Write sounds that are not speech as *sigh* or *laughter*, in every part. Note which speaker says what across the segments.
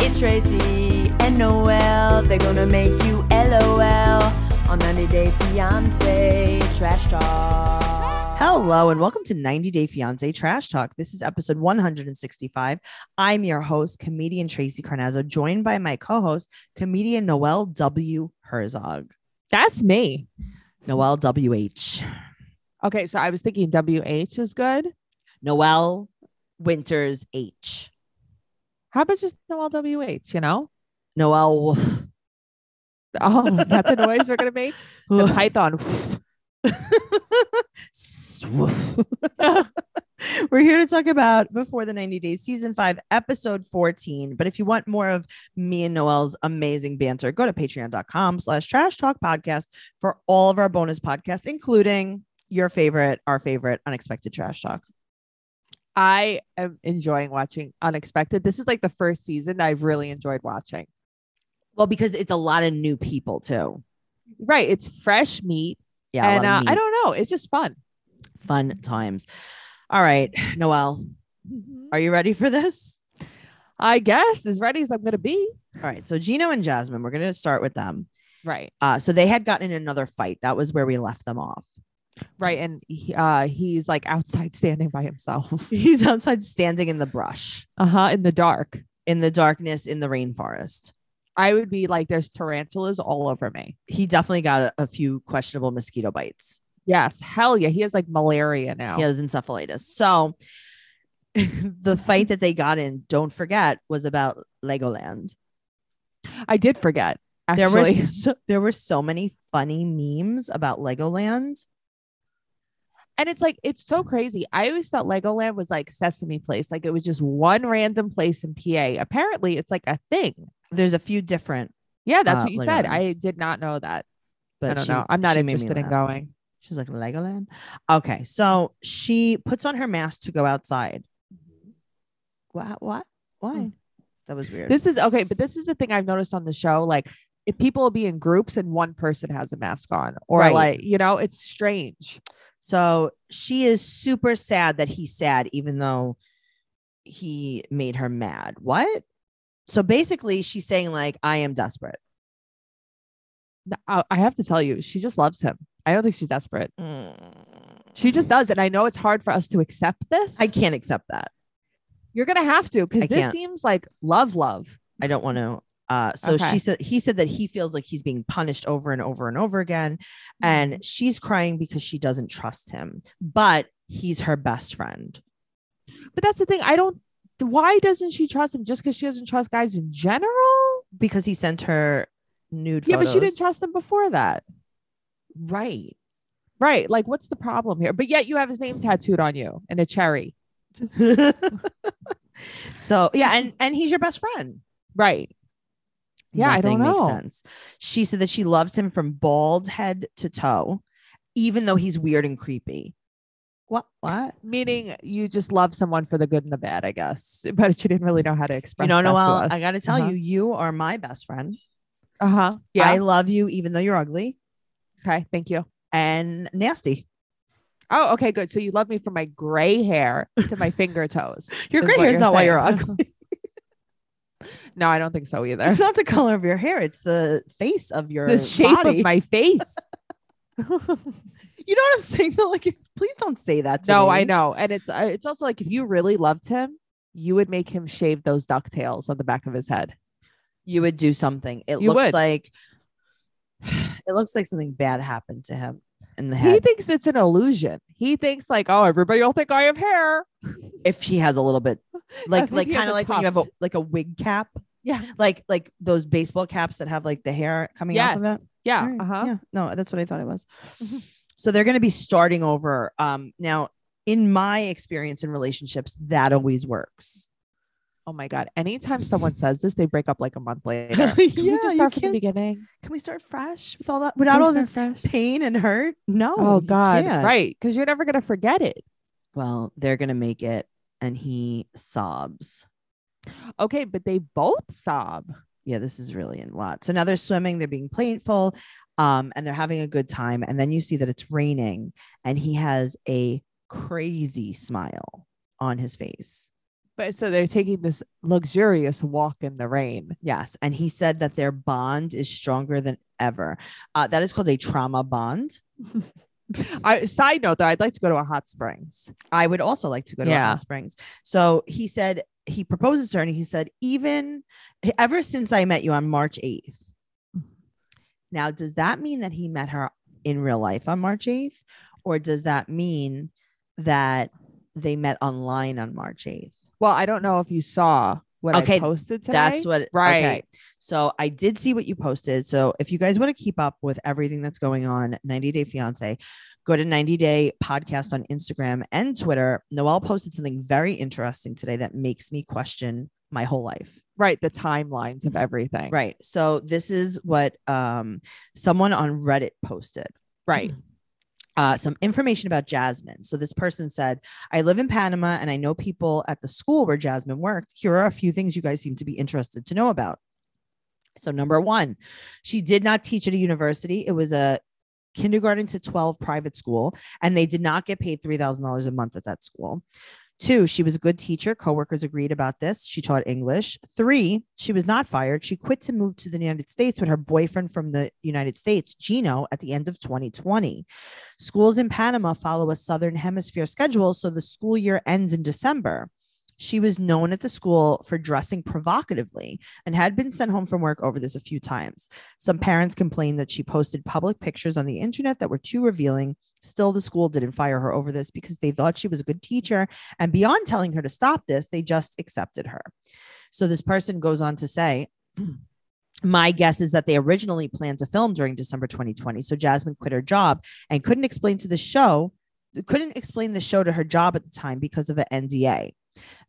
Speaker 1: It's Tracy and Noel. They're gonna make you LOL on 90 Day Fiance Trash Talk. *laughs*
Speaker 2: Hello and welcome to 90 Day Fiance Trash Talk. This is episode 165. I'm your host, comedian Tracy Carnazzo, joined by my co-host, comedian Noel W. Herzog.
Speaker 3: That's me.
Speaker 2: Noel W.H.
Speaker 3: Okay, so I was thinking WH is good.
Speaker 2: Noel Winters H.
Speaker 3: How about just Noel WH, you know? *laughs*
Speaker 2: Noel.
Speaker 3: Oh, is that the noise we're going to make? The python.
Speaker 2: Swoof. *laughs* We're here to talk about Before the 90 Days, Season 5, Episode 14. But if you want more of me and Noel's amazing banter, go to patreon.com slash trash talk podcast for all of our bonus podcasts, including your favorite, our favorite, Unexpected Trash Talk.
Speaker 3: I am enjoying watching Unexpected. This is like the first season I've really enjoyed watching.
Speaker 2: Well, because it's a lot of new people too.
Speaker 3: Right. It's fresh meat.
Speaker 2: Yeah.
Speaker 3: and uh, I don't know. It's just fun.
Speaker 2: Fun times. All right, Noel, are you ready for this?
Speaker 3: I guess as ready as I'm going to be.
Speaker 2: All right. So Gino and Jasmine, we're going to start with them.
Speaker 3: Right.
Speaker 2: Uh, so they had gotten in another fight. That was where we left them off.
Speaker 3: Right. And he, uh, he's like outside standing
Speaker 2: *laughs*
Speaker 3: by
Speaker 2: *laughs*
Speaker 3: himself.
Speaker 2: He's outside standing in the brush,
Speaker 3: Uh huh. In the dark.
Speaker 2: in the darkness, in the rainforest.
Speaker 3: I would be like, there's tarantulas all over me.
Speaker 2: He definitely got a, a few questionable mosquito bites.
Speaker 3: Yes. Hell yeah. He has like malaria now.
Speaker 2: He has encephalitis. So *laughs* the fight that they got in, don't forget, was about Legoland.
Speaker 3: I did forget.
Speaker 2: There were,
Speaker 3: Actually, *laughs*
Speaker 2: so, there were so many funny memes about Legoland.
Speaker 3: and it's like it's so crazy. I always thought Legoland was like Sesame Place, like it was just one random place in PA. Apparently, it's like a thing.
Speaker 2: There's a few different,
Speaker 3: Yeah, that's
Speaker 2: Uh,
Speaker 3: what you said. I
Speaker 2: Legoland.
Speaker 3: did not know that.
Speaker 2: but
Speaker 3: I don't
Speaker 2: she-
Speaker 3: know. I'm not
Speaker 2: she made me
Speaker 3: interested in
Speaker 2: laugh.
Speaker 3: going.
Speaker 2: She's like Legoland. Okay, so she puts on her mask to go outside. What? What? Why?
Speaker 3: Mm-hmm. Hmm.
Speaker 2: That was weird.
Speaker 3: This is okay, but this is the thing I've noticed on the show. Like, if people will be in groups and one person has a mask on, or
Speaker 2: Right.
Speaker 3: like you know, it's strange.
Speaker 2: so she is super sad that he's sad, even though he made her mad. What? So basically, she's saying like, "I am desperate."
Speaker 3: N- uh, I I have to tell you, she just loves him. I don't think she's desperate. She just does, and I know it's hard for us to accept this.
Speaker 2: Mm-hmm. I can't accept that.
Speaker 3: You're gonna have to
Speaker 2: I
Speaker 3: because this
Speaker 2: can't.
Speaker 3: seems like love, love.
Speaker 2: I don't want to. Uh, so she
Speaker 3: Okay.
Speaker 2: said he said that he feels like he's being punished over and over and over again,
Speaker 3: Mm-hmm.
Speaker 2: and she's crying because she doesn't trust him, but he's her best friend.
Speaker 3: But that's the thing. I don't. Why doesn't she trust him? Just because she doesn't trust guys in general?
Speaker 2: because he sent her nude
Speaker 3: Yeah, but she didn't
Speaker 2: photos.
Speaker 3: trust him before that, *laughs*
Speaker 2: right
Speaker 3: right? Like, what's the problem here? But yet you have his name tattooed on you and a cherry,
Speaker 2: so yeah and and he's your best friend
Speaker 3: right? Yeah, I don't
Speaker 2: Nothing
Speaker 3: know.
Speaker 2: makes sense she said that she loves him from bald head to toe even though he's weird and creepy what what
Speaker 3: Meaning you just love someone for the good and the bad, I guess. *laughs* But she didn't really know how to express.
Speaker 2: you know
Speaker 3: that
Speaker 2: noel
Speaker 3: to
Speaker 2: i gotta tell you you are my best friend
Speaker 3: Uh huh. Yeah.
Speaker 2: i love you even though you're ugly
Speaker 3: okay. Thank you.
Speaker 2: and nasty
Speaker 3: Oh, okay, good. So you love me for my gray hair to my finger toes.
Speaker 2: *laughs* your
Speaker 3: is
Speaker 2: gray
Speaker 3: what
Speaker 2: hair is
Speaker 3: you're
Speaker 2: not why you're
Speaker 3: saying.
Speaker 2: ugly
Speaker 3: *laughs* No, I don't think so either.
Speaker 2: *laughs* it's not the color of your hair it's the face of your
Speaker 3: The shape
Speaker 2: body.
Speaker 3: of my face.
Speaker 2: *laughs* you know what i'm saying *laughs* though like please don't say that to
Speaker 3: No,
Speaker 2: me.
Speaker 3: I know, and it's uh, it's also like if you really loved him, you would make him shave those ducktails on the back of his head.
Speaker 2: you would do something. It
Speaker 3: You
Speaker 2: looks
Speaker 3: would.
Speaker 2: like *sighs* it looks like something bad happened to him in the
Speaker 3: He
Speaker 2: head
Speaker 3: thinks it's an illusion. He thinks like, oh, everybody will think I have hair.
Speaker 2: if he has a little
Speaker 3: *laughs*
Speaker 2: bit like
Speaker 3: think
Speaker 2: like
Speaker 3: he has
Speaker 2: kind of
Speaker 3: a
Speaker 2: like when you have a
Speaker 3: tuft.
Speaker 2: like a wig cap,
Speaker 3: Yeah.
Speaker 2: like like those baseball caps that have like the hair coming
Speaker 3: Yes.
Speaker 2: off of it.
Speaker 3: Yeah.
Speaker 2: All right,
Speaker 3: Uh huh.
Speaker 2: Yeah. uh-huh. Mm-hmm. No, that's what I thought it was. so they're going to be starting over. Um now in my experience in relationships that always *laughs* works.
Speaker 3: Oh my god. Anytime someone says this, they break up like a month
Speaker 2: *laughs*
Speaker 3: later. Can we
Speaker 2: you
Speaker 3: just start from the
Speaker 2: can't-
Speaker 3: beginning?
Speaker 2: Can we start fresh with all that without all this pain and hurt? No.
Speaker 3: Oh
Speaker 2: you
Speaker 3: god.
Speaker 2: can't.
Speaker 3: Right. Because you're never gonna forget it.
Speaker 2: Well, they're going to make it. And he sobs.
Speaker 3: Okay, but they both sob.
Speaker 2: Yeah, this is really in lot. So now they're swimming, they're being playful, um, and they're having a good time. And then you see that it's raining, and he has a crazy smile on his face.
Speaker 3: But so they're taking this luxurious walk in the
Speaker 2: *laughs*
Speaker 3: rain.
Speaker 2: Yes. And he said that their bond is stronger than ever. Uh, that is called a trauma bond.
Speaker 3: I, side note though, I'd like to go to a hot springs.
Speaker 2: I would also like to go to
Speaker 3: Yeah.
Speaker 2: Hot Springs. So he said, he proposes to her and he said, even ever since I met you on March 8th. Now, does that mean that he met her in real life on March 8th? Or does that mean that they met online on March 8th?
Speaker 3: Well, I don't know if you saw what
Speaker 2: Okay,
Speaker 3: I posted today.
Speaker 2: That's what,
Speaker 3: right.
Speaker 2: okay. So I did see what you posted. So if you guys want to keep up with everything that's going on, 90 Day Fiance, go to 90 Day Podcast on Instagram and Twitter. Noelle posted something very interesting today that makes me question my whole life.
Speaker 3: Right. The timelines of everything.
Speaker 2: Right. So this is what um, someone on Reddit posted
Speaker 3: Right.
Speaker 2: uh, some information about Jasmine. So this person said, I live in Panama and I know people at the school where Jasmine worked. Here are a few things you guys seem to be interested to know about. So, number one, she did not teach at a university. It was a kindergarten to 12 private school, and they did not get paid $3,000 a month at that school. Two, she was a good teacher. Coworkers agreed about this. She taught English. Three, she was not fired. She quit to move to the United States with her boyfriend from the United States, Gino, at the end of 2020. Schools in Panama follow a Southern Hemisphere schedule, so the school year ends in December. She was known at the school for dressing provocatively and had been sent home from work over this a few times. Some parents complained that she posted public pictures on the internet that were too revealing. Still, the school didn't fire her over this because they thought she was a good teacher. And beyond telling her to stop this, they just accepted her. So this person goes on to say, *clears throat* my guess is that they originally planned to film during December 2020. So Jasmine quit her job and couldn't explain to the show couldn't explain the show to her job at the time because of an NDA.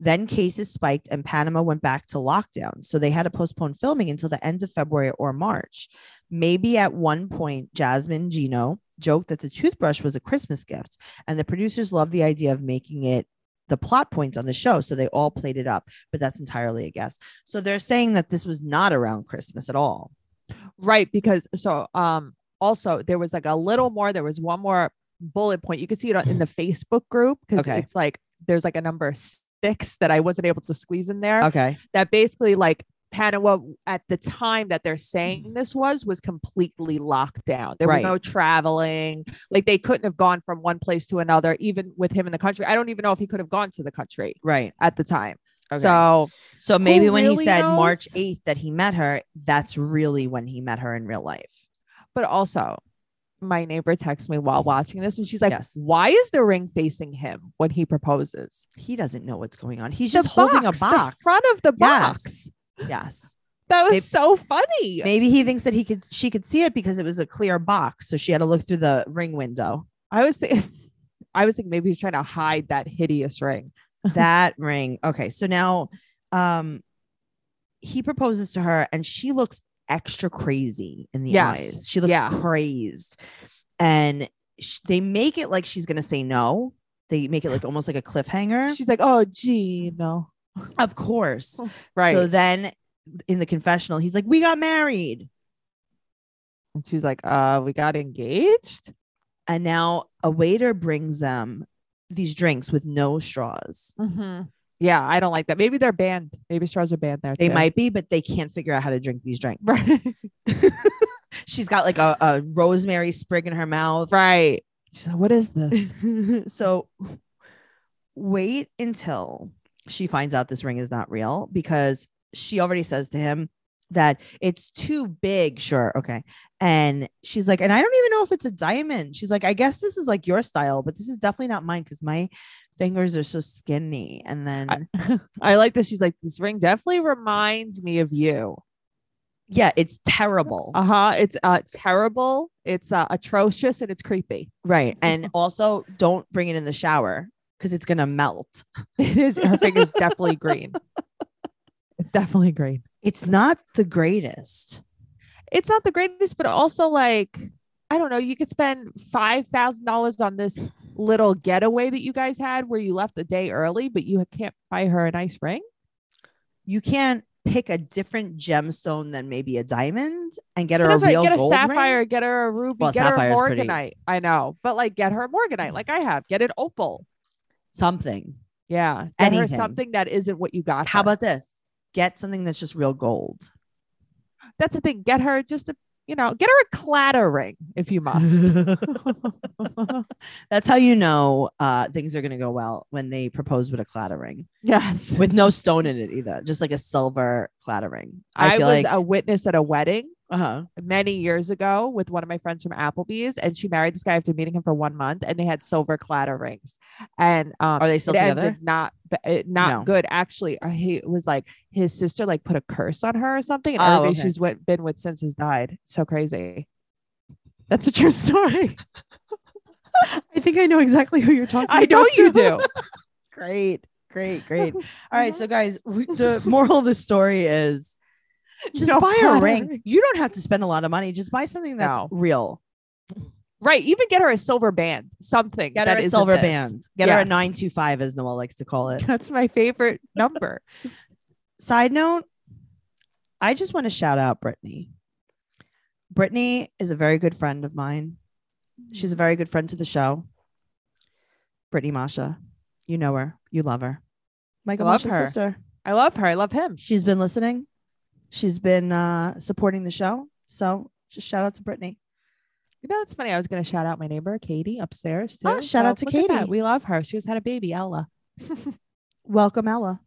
Speaker 2: Then cases spiked and Panama went back to lockdown. So they had to postpone filming until the end of February or March. Maybe at one point, Jasmine Gino joked that the toothbrush was a Christmas gift, and the producers loved the idea of making it the plot points on the show. So they all played it up, but that's entirely a guess. So they're saying that this was not around Christmas at all.
Speaker 3: Mm-hmm. Right. Because so um also there was like a little more, there was one more bullet point. You can see it on-
Speaker 2: *clears throat*
Speaker 3: in the Facebook group because
Speaker 2: Okay.
Speaker 3: it's like there's like a number six that I wasn't able to squeeze in there.
Speaker 2: Okay.
Speaker 3: That basically like Panama at the time that they're saying this was was completely locked down. There
Speaker 2: Mm-hmm. Right.
Speaker 3: was no traveling. Like they couldn't have gone from one place to another, even with him in the country. I don't even know if he could have gone to the country
Speaker 2: Right.
Speaker 3: at the time.
Speaker 2: Okay.
Speaker 3: So
Speaker 2: So maybe when he
Speaker 3: really
Speaker 2: said March
Speaker 3: knows?
Speaker 2: 8th that he met her, that's really when he met her in real life.
Speaker 3: but also my neighbor texts me while watching this and she's like
Speaker 2: Yes.
Speaker 3: why is the ring facing him when he proposes
Speaker 2: He doesn't know what's going on. He's
Speaker 3: The
Speaker 2: just holding a
Speaker 3: box,
Speaker 2: box.
Speaker 3: the front of the box
Speaker 2: Yes. Yes.
Speaker 3: that was
Speaker 2: Maybe-
Speaker 3: so funny
Speaker 2: Maybe he thinks that he could she could see it because it was a clear box. So she had to look through the ring
Speaker 3: *laughs*
Speaker 2: window.
Speaker 3: i was thinking i was thinking maybe he's trying to hide that hideous ring
Speaker 2: That ring. Okay. So now um he proposes to her and she looks extra crazy in the
Speaker 3: Yes.
Speaker 2: eyes. She looks
Speaker 3: Yeah.
Speaker 2: crazed. And sh- they make it like she's going to say no. They make it like almost like a cliffhanger.
Speaker 3: she's like oh gee no
Speaker 2: Of course.
Speaker 3: right
Speaker 2: So then in the confessional, he's like, We got married.
Speaker 3: and she's like uh we got engaged
Speaker 2: And now a waiter brings them these drinks with no straws.
Speaker 3: mm-hmm. yeah i don't like that maybe they're banned maybe straws are banned there
Speaker 2: They
Speaker 3: too.
Speaker 2: might be, but they can't figure out how to drink these drinks.
Speaker 3: right
Speaker 2: *laughs* She's got like a, a rosemary sprig in her mouth.
Speaker 3: right she's like what is this
Speaker 2: so wait until she finds out this ring is not real because she already says to him that it's too big. Sure. Okay. And she's like, and I don't even know if it's a diamond. She's like, I guess this is like your style, but this is definitely not mine because my fingers are so skinny. And then,
Speaker 3: *laughs* i like that she's like this ring definitely reminds me of you
Speaker 2: yeah, it's terrible.
Speaker 3: Uh-huh. It's uh terrible, it's uh, atrocious, and it's creepy. *laughs*
Speaker 2: right.
Speaker 3: uh.
Speaker 2: And also, don't bring it in the shower because it's going to melt.
Speaker 3: It is her finger's definitely green. It's definitely green.
Speaker 2: It's not the greatest.
Speaker 3: It's not the greatest, but also like I don't know, you could spend five thousand dollars on this little getaway that you guys had where you left a day early, but you can't buy her a nice ring.
Speaker 2: You can't pick a different gemstone than maybe a diamond and get her a
Speaker 3: That's right.
Speaker 2: real
Speaker 3: Get a
Speaker 2: gold ring.
Speaker 3: sapphire, get her a ruby,
Speaker 2: Well,
Speaker 3: get her a
Speaker 2: sapphire is pretty.
Speaker 3: morganite. I know, but like get her a morganite, like I have. Get an opal.
Speaker 2: Something.
Speaker 3: Yeah. Get her
Speaker 2: Anything.
Speaker 3: something that isn't what you got.
Speaker 2: How
Speaker 3: her.
Speaker 2: about this? Get something that's just real
Speaker 3: *laughs*
Speaker 2: gold.
Speaker 3: that's the thing? Get her just a you know, get her a clatter ring if you must.
Speaker 2: *laughs* That's how you know uh, things are going to go well when they propose with a clattering,
Speaker 3: yes.
Speaker 2: with no stone in it either, just like a silver clattering. I,
Speaker 3: I, was
Speaker 2: feel like,
Speaker 3: a witness at a wedding
Speaker 2: uh-huh.
Speaker 3: many years ago with one of my friends from Applebee's, and she married this guy after meeting him for one month, and they had silver clatter rings. And um,
Speaker 2: are they still
Speaker 3: it
Speaker 2: together?
Speaker 3: ended not ba- it- not
Speaker 2: No.
Speaker 3: good actually. Uh, He it was like his sister like put a curse on her or something, and
Speaker 2: Oh,
Speaker 3: everybody
Speaker 2: okay.
Speaker 3: she's went, been with since has died. So crazy. That's a true *laughs* story.
Speaker 2: I think I know exactly who you're talking
Speaker 3: I know you do.
Speaker 2: great, great,
Speaker 3: *laughs*
Speaker 2: great. All right.
Speaker 3: Uh-huh.
Speaker 2: So, guys, w- the moral of the story
Speaker 3: *laughs*
Speaker 2: is just
Speaker 3: No
Speaker 2: buy a
Speaker 3: flattering. *laughs*
Speaker 2: ring. You don't have to spend a lot of money. Just buy something that's
Speaker 3: No.
Speaker 2: real.
Speaker 3: Right. Even get her a silver band, something.
Speaker 2: Get
Speaker 3: that
Speaker 2: her a
Speaker 3: isn't
Speaker 2: silver
Speaker 3: this.
Speaker 2: band. Get her a
Speaker 3: Yes.
Speaker 2: 925, as Noel likes to call it.
Speaker 3: *laughs* That's my favorite number.
Speaker 2: Side note, I just want to shout out Brittany. Brittany is a very good friend of mine. She's a very good friend to the show. Brittany Masha. You know her. You love her. Michael
Speaker 3: Love
Speaker 2: Masha's
Speaker 3: her.
Speaker 2: sister.
Speaker 3: I love her. I love him.
Speaker 2: She's been listening. She's been uh, supporting the show. So just shout out to Brittany.
Speaker 3: You know, that's funny. I was going to shout out my neighbor, Katie, upstairs. Too.
Speaker 2: Oh, shout out to
Speaker 3: look at that.
Speaker 2: Katie.
Speaker 3: We love her. She just had a baby, Ella.
Speaker 2: Welcome, Ella.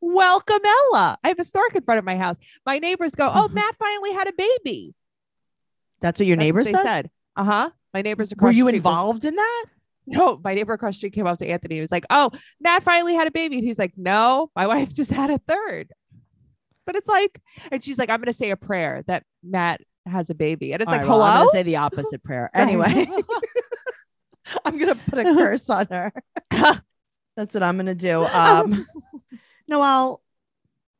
Speaker 3: Welcome, Ella. I have a stork in front of my house. My neighbors go,
Speaker 2: *laughs*
Speaker 3: Oh,
Speaker 2: Mhm.
Speaker 3: Matt finally had a baby.
Speaker 2: That's what your
Speaker 3: That's what
Speaker 2: neighbor
Speaker 3: they
Speaker 2: said?
Speaker 3: Uh huh. My neighbors across
Speaker 2: Were you
Speaker 3: the street was-
Speaker 2: involved in that?
Speaker 3: *laughs* no, my neighbor across the street came up to Anthony. He was like, Oh, Matt finally had a baby. And he's like, No, my *laughs* wife just had a third. But it's like, and she's like, I'm going to say a prayer that Matt has a baby. And it's
Speaker 2: All
Speaker 3: like,
Speaker 2: right, well, I'm
Speaker 3: Hello? *laughs*
Speaker 2: gonna say the opposite *laughs* prayer. Anyway, *laughs* I'm gonna put a curse on her. That's what I'm gonna do. Um, Noelle,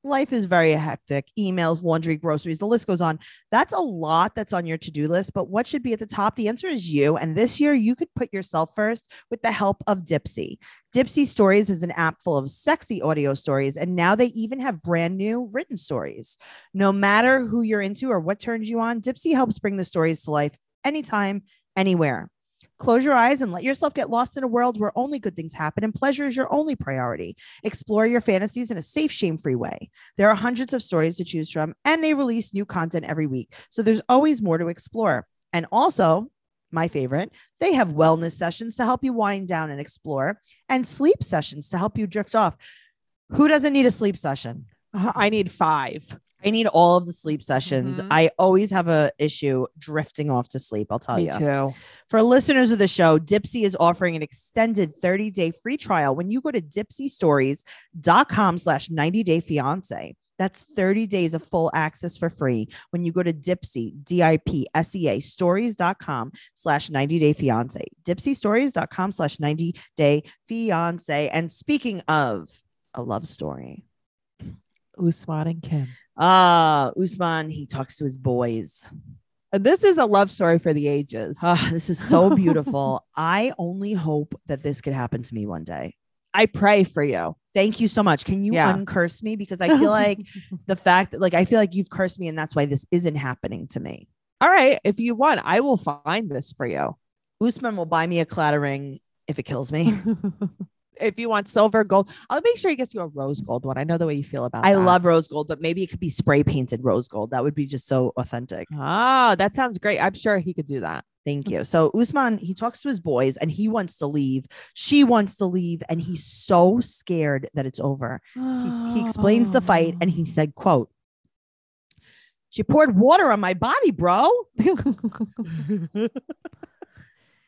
Speaker 2: life is very hectic. Emails, laundry, groceries, the list goes on. That's a lot that's on your to-do list. But what should be at the top? The answer is you. And this year, you could put yourself first with the help of Dipsy. Dipsy Stories is an app full of sexy audio stories, and now they even have brand new written stories. No matter who you're into or what turns you on, Dipsy helps bring the stories to life anytime, anywhere. Close your eyes and let yourself get lost in a world where only good things happen and pleasure is your only priority. Explore your fantasies in a safe, shame free way. There are hundreds of stories to choose from, and they release new content every week. So there's always more to explore. And also, my favorite, they have wellness sessions to help you wind down and explore, and sleep sessions to help you drift off. Who doesn't need a sleep session?
Speaker 3: Uh, I need five.
Speaker 2: I need all of the sleep sessions.
Speaker 3: Mhm.
Speaker 2: I always have a issue drifting off to sleep. I'll tell you.
Speaker 3: too.
Speaker 2: For listeners of the show, Dipsy is offering an extended 30-day free trial when you go to dipsystories.com slash 90-day fiance. That's 30 days of full access for free when you go to Dipsy, D-I-P-S-E-A, stories.com slash 90-day fiance. Dipsystories.com slash 90-day fiance. And speaking of a love story,
Speaker 3: Usman and Kim.
Speaker 2: uh, Usman, he talks to his boys.
Speaker 3: And this is a love story for the ages.
Speaker 2: Ah, this is so beautiful. I only hope that this could happen to me one day.
Speaker 3: I pray for you.
Speaker 2: Thank you so much. Can you
Speaker 3: Yeah.
Speaker 2: uncurse me? Because I feel like the fact that, like, I feel like you've cursed me, and that's why this isn't happening to me.
Speaker 3: All right. If you want, I will find this for you.
Speaker 2: Usman will buy me a clattering if it kills me.
Speaker 3: *laughs* if you want silver, gold, I'll make sure he gets you a rose gold one. I know the way you feel about
Speaker 2: I
Speaker 3: that.
Speaker 2: love rose gold, but maybe it could be spray painted rose gold. That would be just so authentic.
Speaker 3: Oh, that sounds great. I'm sure he could do that.
Speaker 2: Thank you. So Usman, he talks to his boys and he wants to leave. She wants to leave, and he's so scared that it's over. he, he explains the fight and he said quote she poured water on my body bro
Speaker 3: *laughs*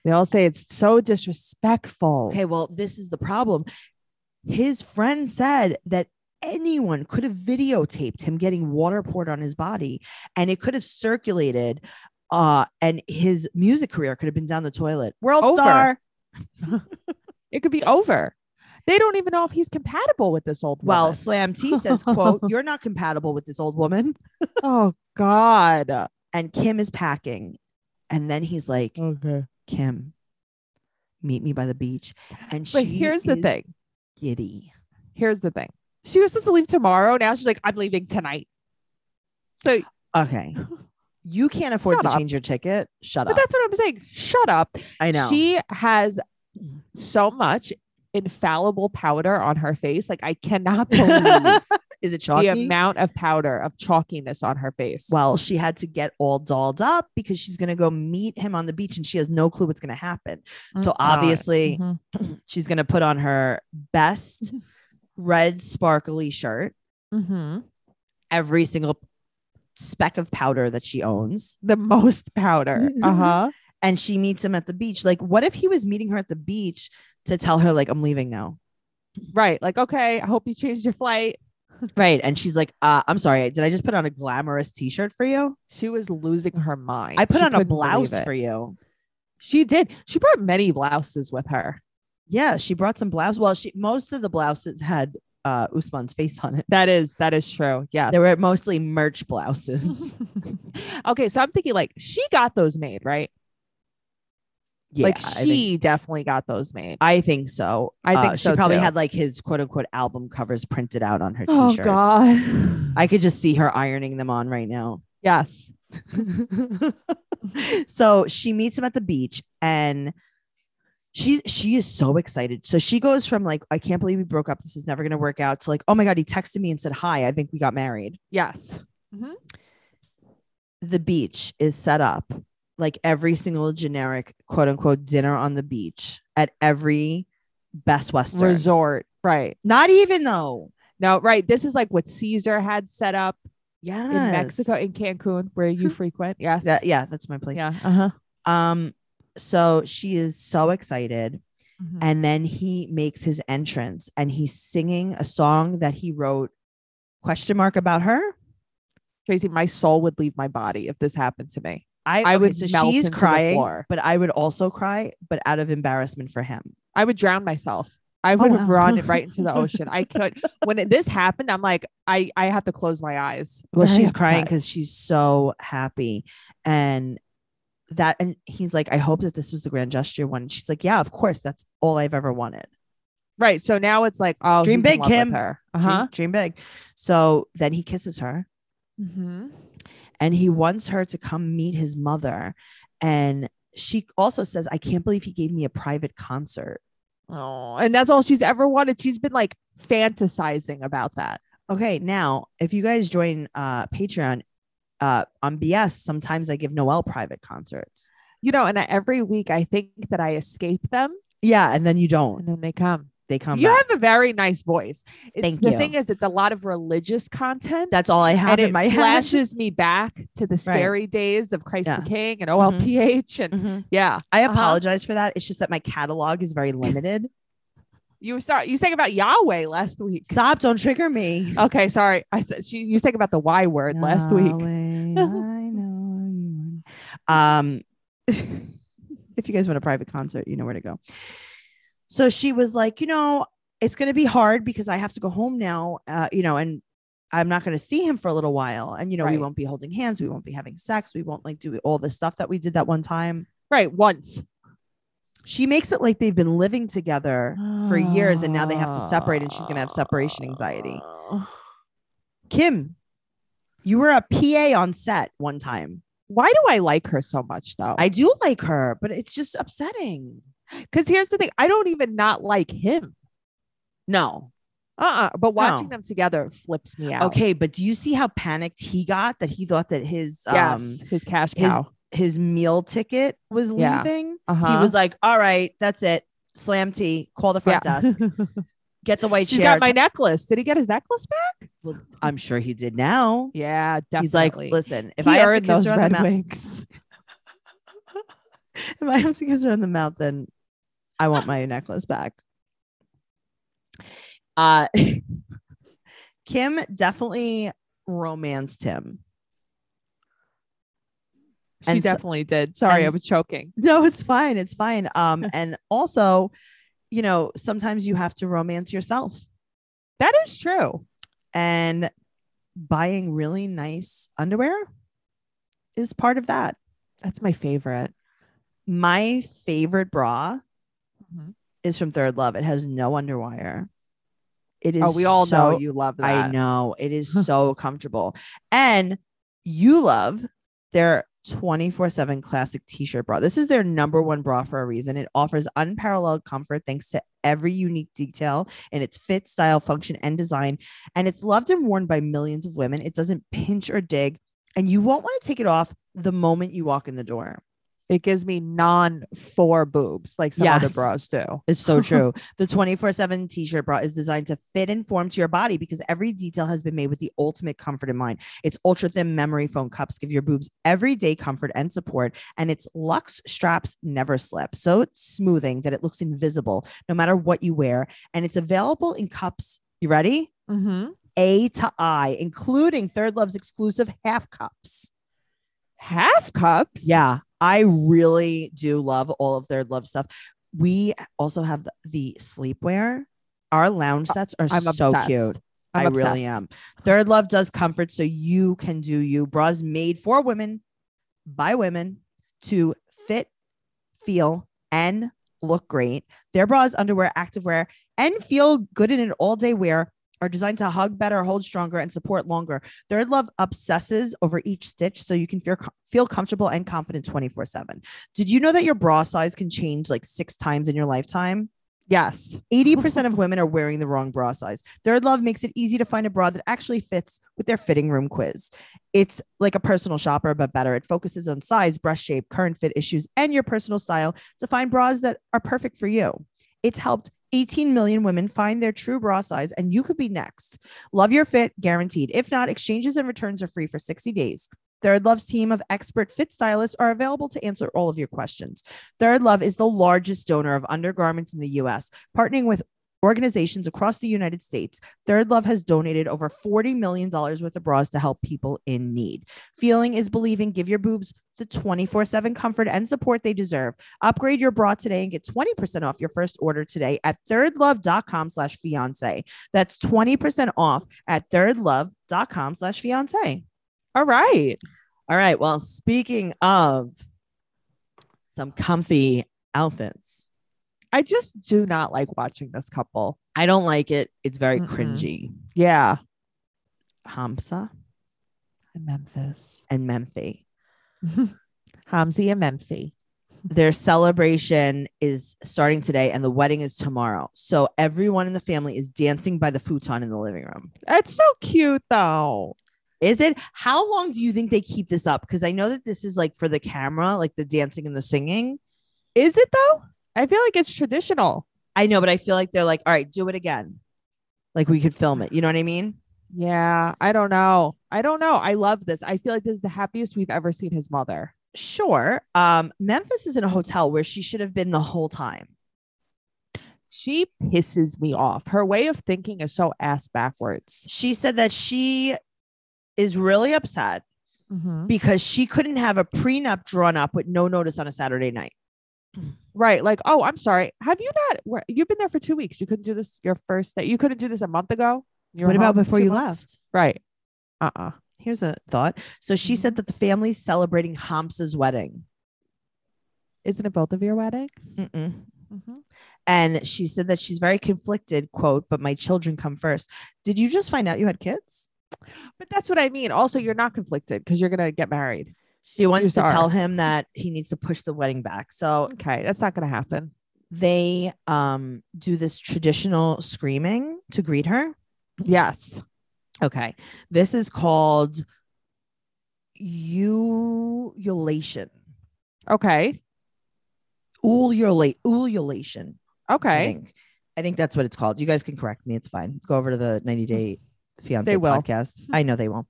Speaker 3: they all say it's so disrespectful.
Speaker 2: okay well this is the problem his friend said that anyone could have videotaped him getting water poured on his body and it could have circulated uh and his music career could have been down the toilet world
Speaker 3: Over.
Speaker 2: star
Speaker 3: It could be over. They don't even know if he's compatible with this old
Speaker 2: well
Speaker 3: woman.
Speaker 2: slam t says quote
Speaker 3: *laughs*
Speaker 2: you're not compatible with this old woman
Speaker 3: oh God.
Speaker 2: and kim is packing and then he's like
Speaker 3: Okay.
Speaker 2: Kim, meet me by the beach. And
Speaker 3: But
Speaker 2: she
Speaker 3: here's the
Speaker 2: is
Speaker 3: thing.
Speaker 2: giddy.
Speaker 3: here's the thing. She was supposed to leave tomorrow. Now she's like, I'm leaving tonight. So, *laughs*
Speaker 2: Okay. You can't afford
Speaker 3: Shut
Speaker 2: to
Speaker 3: up.
Speaker 2: change your ticket. Shut
Speaker 3: but
Speaker 2: up.
Speaker 3: that's what I'm saying. Shut up.
Speaker 2: I know.
Speaker 3: She has so much infallible powder on her face. Like
Speaker 2: *laughs*
Speaker 3: I cannot believe
Speaker 2: Is it
Speaker 3: the
Speaker 2: chalky?
Speaker 3: amount of powder of chalkiness on her face.
Speaker 2: well, she had to get all dolled up because she's going to go meet him on the beach and she has no clue what's going to happen.
Speaker 3: Mm,
Speaker 2: So
Speaker 3: God.
Speaker 2: obviously,
Speaker 3: Mhm.
Speaker 2: she's going to put on her
Speaker 3: *laughs*
Speaker 2: best red sparkly shirt,
Speaker 3: Mhm.
Speaker 2: every single speck of powder that she owns,
Speaker 3: the most powder.
Speaker 2: Mhm.
Speaker 3: Uh huh.
Speaker 2: and she meets him at the beach. Like, what if he was meeting her at the beach to tell her, like, I'm leaving
Speaker 3: *laughs*
Speaker 2: now?
Speaker 3: Right. Like, okay, I hope you changed your flight.
Speaker 2: Right. And she's like, uh, I'm sorry. Did I just put on a glamorous t shirt for you?
Speaker 3: She was losing her mind.
Speaker 2: I put
Speaker 3: She
Speaker 2: on a
Speaker 3: couldn't believe
Speaker 2: blouse
Speaker 3: it.
Speaker 2: for you.
Speaker 3: She did. She brought many blouses with her.
Speaker 2: Yeah. She brought some blouse. Well, she most of the blouses had uh, Usman's face on it.
Speaker 3: That is that is true. Yes.
Speaker 2: They *laughs* were mostly merch blouses.
Speaker 3: *laughs* okay, so I'm thinking like she got those made, right?
Speaker 2: yeah,
Speaker 3: like
Speaker 2: I think,
Speaker 3: she definitely got those made.
Speaker 2: I think so. Uh,
Speaker 3: I think
Speaker 2: she
Speaker 3: so,
Speaker 2: probably
Speaker 3: too.
Speaker 2: had like his quote unquote album covers printed out on her t
Speaker 3: Oh
Speaker 2: shirts.
Speaker 3: God.
Speaker 2: I could just see her ironing them on right now.
Speaker 3: yes. *laughs*
Speaker 2: so she meets him at the beach and she's she is so excited. So she goes from like, I can't believe we broke up. This is never gonna work out to like, oh my god, he texted me and said hi. I think we got married.
Speaker 3: Yes.
Speaker 2: The beach is set up like every single generic quote unquote dinner on the beach at every best western.
Speaker 3: Resort. Right.
Speaker 2: Not even though.
Speaker 3: No, right. This is like what Caesar had set up
Speaker 2: Yeah.
Speaker 3: in Mexico, in Cancun,
Speaker 2: *laughs*
Speaker 3: where you frequent. Yes.
Speaker 2: Yeah, yeah, that's my place.
Speaker 3: yeah. Uh-huh.
Speaker 2: Um, so she is so excited.
Speaker 3: Mm.
Speaker 2: And then he makes his entrance and he's singing a song that he wrote question mark about her.
Speaker 3: Tracy, my soul would leave my body if this happened to me.
Speaker 2: I,
Speaker 3: I
Speaker 2: okay,
Speaker 3: would
Speaker 2: so
Speaker 3: melt
Speaker 2: she's
Speaker 3: into the
Speaker 2: crying,
Speaker 3: floor.
Speaker 2: but I would also cry, but out of embarrassment for him.
Speaker 3: I would drown myself. I would have
Speaker 2: Oh, wow.
Speaker 3: run it
Speaker 2: *laughs*
Speaker 3: right into the ocean. I could. When it, this happened, I'm like, I I have to close my eyes.
Speaker 2: Well,
Speaker 3: Very
Speaker 2: she's crying
Speaker 3: upset.
Speaker 2: because she's so happy. And that and he's like, I hope that this was the grand gesture one. She's like, Yeah, of course. That's all I've ever wanted.
Speaker 3: right. So now it's like, oh,
Speaker 2: Dream
Speaker 3: he's in
Speaker 2: big,
Speaker 3: love with
Speaker 2: Kim.
Speaker 3: her. Uh
Speaker 2: Dream-
Speaker 3: huh.
Speaker 2: dream big. So then he kisses her.
Speaker 3: Mm-hmm.
Speaker 2: and he wants her to come meet his mother and she also says i can't believe he gave me a private concert
Speaker 3: Oh, and that's all she's ever wanted. She's been like fantasizing about that.
Speaker 2: okay now if you guys join uh patreon uh on bs sometimes i give noel private concerts
Speaker 3: You know, and I- every week I think that I escape them
Speaker 2: yeah and then you don't
Speaker 3: and then they come.
Speaker 2: they come
Speaker 3: you
Speaker 2: back.
Speaker 3: have a very nice voice. It's,
Speaker 2: Thank
Speaker 3: the
Speaker 2: you.
Speaker 3: thing is, it's a lot of religious content.
Speaker 2: that's all i have
Speaker 3: and
Speaker 2: in
Speaker 3: it
Speaker 2: my *laughs* head
Speaker 3: flashes me back to the scary days of Christ
Speaker 2: Yeah. Mm-hmm.
Speaker 3: the King and OLPH and
Speaker 2: Mhm.
Speaker 3: yeah.
Speaker 2: i
Speaker 3: Uh-huh.
Speaker 2: apologize for that it's just that my catalog is very
Speaker 3: *laughs*
Speaker 2: limited
Speaker 3: You start you sang about Yahweh last week.
Speaker 2: stop don't trigger me
Speaker 3: Okay, sorry. I said she, you sang about the Y word last
Speaker 2: Yahweh,
Speaker 3: *laughs* week.
Speaker 2: I know you. are- Um, *laughs* if you guys want a private concert, you know where to go. So she was like, you know, it's going to be hard because I have to go home now, uh, you know, and I'm not going to see him for a little while. And, you know, we
Speaker 3: Right.
Speaker 2: won't be holding hands. We won't be having sex. We won't like do all the stuff that we did that one time.
Speaker 3: Right, once.
Speaker 2: She makes it like they've been living together for years and now they have to separate and she's going to have separation anxiety.
Speaker 3: Ah.
Speaker 2: Kim, you were a PA on set one time.
Speaker 3: Why do I like her so much though?
Speaker 2: I do like her, but it's just upsetting.
Speaker 3: Because here's the thing, I don't even not like him.
Speaker 2: No.
Speaker 3: Uh-uh. But watching
Speaker 2: No.
Speaker 3: them together flips me out.
Speaker 2: Okay, but do you see how panicked he got that he thought that his
Speaker 3: Yes,
Speaker 2: um
Speaker 3: his cash
Speaker 2: his-
Speaker 3: cow.
Speaker 2: his meal ticket was
Speaker 3: Yeah.
Speaker 2: leaving?
Speaker 3: Uh-huh.
Speaker 2: He was like, "All right, that's it. Slam tea. Call the front
Speaker 3: Yeah.
Speaker 2: desk. Get the white
Speaker 3: *laughs* She's
Speaker 2: chair."
Speaker 3: got my necklace. Did he get his necklace back?
Speaker 2: Well, I'm sure he did now.
Speaker 3: Yeah,
Speaker 2: He's like,
Speaker 3: definitely.
Speaker 2: "Listen, if
Speaker 3: He
Speaker 2: I have to
Speaker 3: earned
Speaker 2: kiss
Speaker 3: those
Speaker 2: her on the
Speaker 3: red
Speaker 2: mouth,
Speaker 3: wings. *laughs*
Speaker 2: *laughs* if I have to kiss her on the mouth, then I want my necklace back." Uh, *laughs* Kim definitely romanced him.
Speaker 3: She
Speaker 2: And so-
Speaker 3: definitely did. Sorry, I
Speaker 2: and-
Speaker 3: was choking.
Speaker 2: No, it's fine. It's fine. *laughs* Um, and also, you know, sometimes you have to romance yourself
Speaker 3: That is true.
Speaker 2: and buying really nice underwear is part of that.
Speaker 3: That's my favorite.
Speaker 2: My favorite bra
Speaker 3: Mhm.
Speaker 2: is from Third Love. It has no underwire. It is
Speaker 3: Oh, we all
Speaker 2: so,
Speaker 3: know you love that. *laughs*
Speaker 2: I know it is so comfortable. And you love their 24 7 classic t shirt bra. This is their number one bra for a reason. It offers unparalleled comfort thanks to every unique detail in its fit, style, function, and design. And it's loved and worn by millions of women. It doesn't pinch or dig, and you won't want to take it off the moment you walk in the door.
Speaker 3: It gives me non four boobs like some other
Speaker 2: Yes.
Speaker 3: bras do.
Speaker 2: It's so true. the 24 7 t shirt bra is designed to fit and form to your body because every detail has been made with the ultimate comfort in mind. Its ultra thin memory foam cups give your boobs everyday comfort and support, and its luxe straps never slip. So it's smoothing that it looks invisible no matter what you wear. And it's available in cups. You ready?
Speaker 3: Mm-hmm.
Speaker 2: A to I, including Third Love's exclusive half cups.
Speaker 3: Half cups.
Speaker 2: Yeah, I really do love all of their love stuff. We also have the, the sleepwear. Our lounge sets are
Speaker 3: Oh, I'm
Speaker 2: so
Speaker 3: obsessed.
Speaker 2: cute.
Speaker 3: I'm
Speaker 2: I
Speaker 3: obsessed.
Speaker 2: really am. Third Love does comfort so you can do you. Bras made for women by women to fit, feel, and look great. Their bras, underwear, activewear, and feel good in an all day wear are designed to hug better, hold stronger, and support longer. Third Love obsesses over each stitch so you can feel, feel comfortable and confident 24 7. Did you know that your bra size can change like six times in your lifetime?
Speaker 3: Yes.
Speaker 2: 80% of women are wearing the wrong bra size. Third Love makes it easy to find a bra that actually fits with their fitting room quiz. It's like a personal shopper, but better. It focuses on size, breast shape, current fit issues, and your personal style to find bras that are perfect for you. It's helped 18 million women find their true bra size, and you could be next. Love your fit, guaranteed. If not, exchanges and returns are free for 60 days. Third Love's team of expert fit stylists are available to answer all of your questions. Third Love is the largest donor of undergarments in the US partnering with organizations across the United States, Third Love has donated over $40 million worth of bras to help people in need. Feeling is believing. Give your boobs the 24 7 comfort and support they deserve. Upgrade your bra today and get 20% off your first order today at thirdlove.com slash fiance. That's 20% off at thirdlove.com slash fiance.
Speaker 3: All right.
Speaker 2: All right. Well, speaking of some comfy outfits,
Speaker 3: I just do not like watching this couple.
Speaker 2: I don't like it. It's very
Speaker 3: Mm-mm.
Speaker 2: cringy.
Speaker 3: Yeah.
Speaker 2: Hamza *laughs*
Speaker 3: Memphis.
Speaker 2: and Memphi.
Speaker 3: Hamzi and Memphi.
Speaker 2: Their celebration is starting today and the wedding is tomorrow. So everyone in the family is dancing by the futon in the living room.
Speaker 3: It's so cute though.
Speaker 2: Is it how long do you think they keep this up? Because I know that this is like for the camera, like the dancing and the singing.
Speaker 3: Is it though? I feel like it's traditional.
Speaker 2: I know, but I feel like they're like, all right, do it again. Like we could film it. You know what I mean?
Speaker 3: Yeah. I don't know. I don't know. I love this. I feel like this is the happiest we've ever seen his mother.
Speaker 2: Sure. Um, Memphis is in a hotel where she should have been the whole time.
Speaker 3: She pisses me off. Her way of thinking is so ass backwards.
Speaker 2: She said that she is really upset because she couldn't have a prenup drawn up with no notice on a Saturday night.
Speaker 3: Right. Like, oh, I'm sorry. Have you not? where- You've been there for two weeks. You couldn't do this your first day. You couldn't do this a month ago. You were
Speaker 2: what about
Speaker 3: home
Speaker 2: before
Speaker 3: two
Speaker 2: you
Speaker 3: months?
Speaker 2: left?
Speaker 3: Right. Uh uh
Speaker 2: Here's a thought. So she said that the family's celebrating Hamza's wedding.
Speaker 3: Isn't it both of your weddings?
Speaker 2: Mm-mm.
Speaker 3: Mm-hmm.
Speaker 2: And she said that she's very conflicted, quote, but my children come first. Did you just find out you had kids?
Speaker 3: But that's what I mean. Also, you're not conflicted because you're going to get married.
Speaker 2: She wants
Speaker 3: These
Speaker 2: to
Speaker 3: are-
Speaker 2: tell him that he needs to push the wedding back. So
Speaker 3: Okay. That's not going to happen.
Speaker 2: they um, do this traditional screaming to greet her. Mm-hmm.
Speaker 3: Yes.
Speaker 2: Okay. This is called ululation.
Speaker 3: Okay.
Speaker 2: ululate ululation. I
Speaker 3: Okay.
Speaker 2: think. I think that's what it's called. You guys can correct me. It's fine. Go over to the 90 Day Fiance
Speaker 3: Mm-hmm. They will. Mm-hmm.
Speaker 2: podcast. I know they will.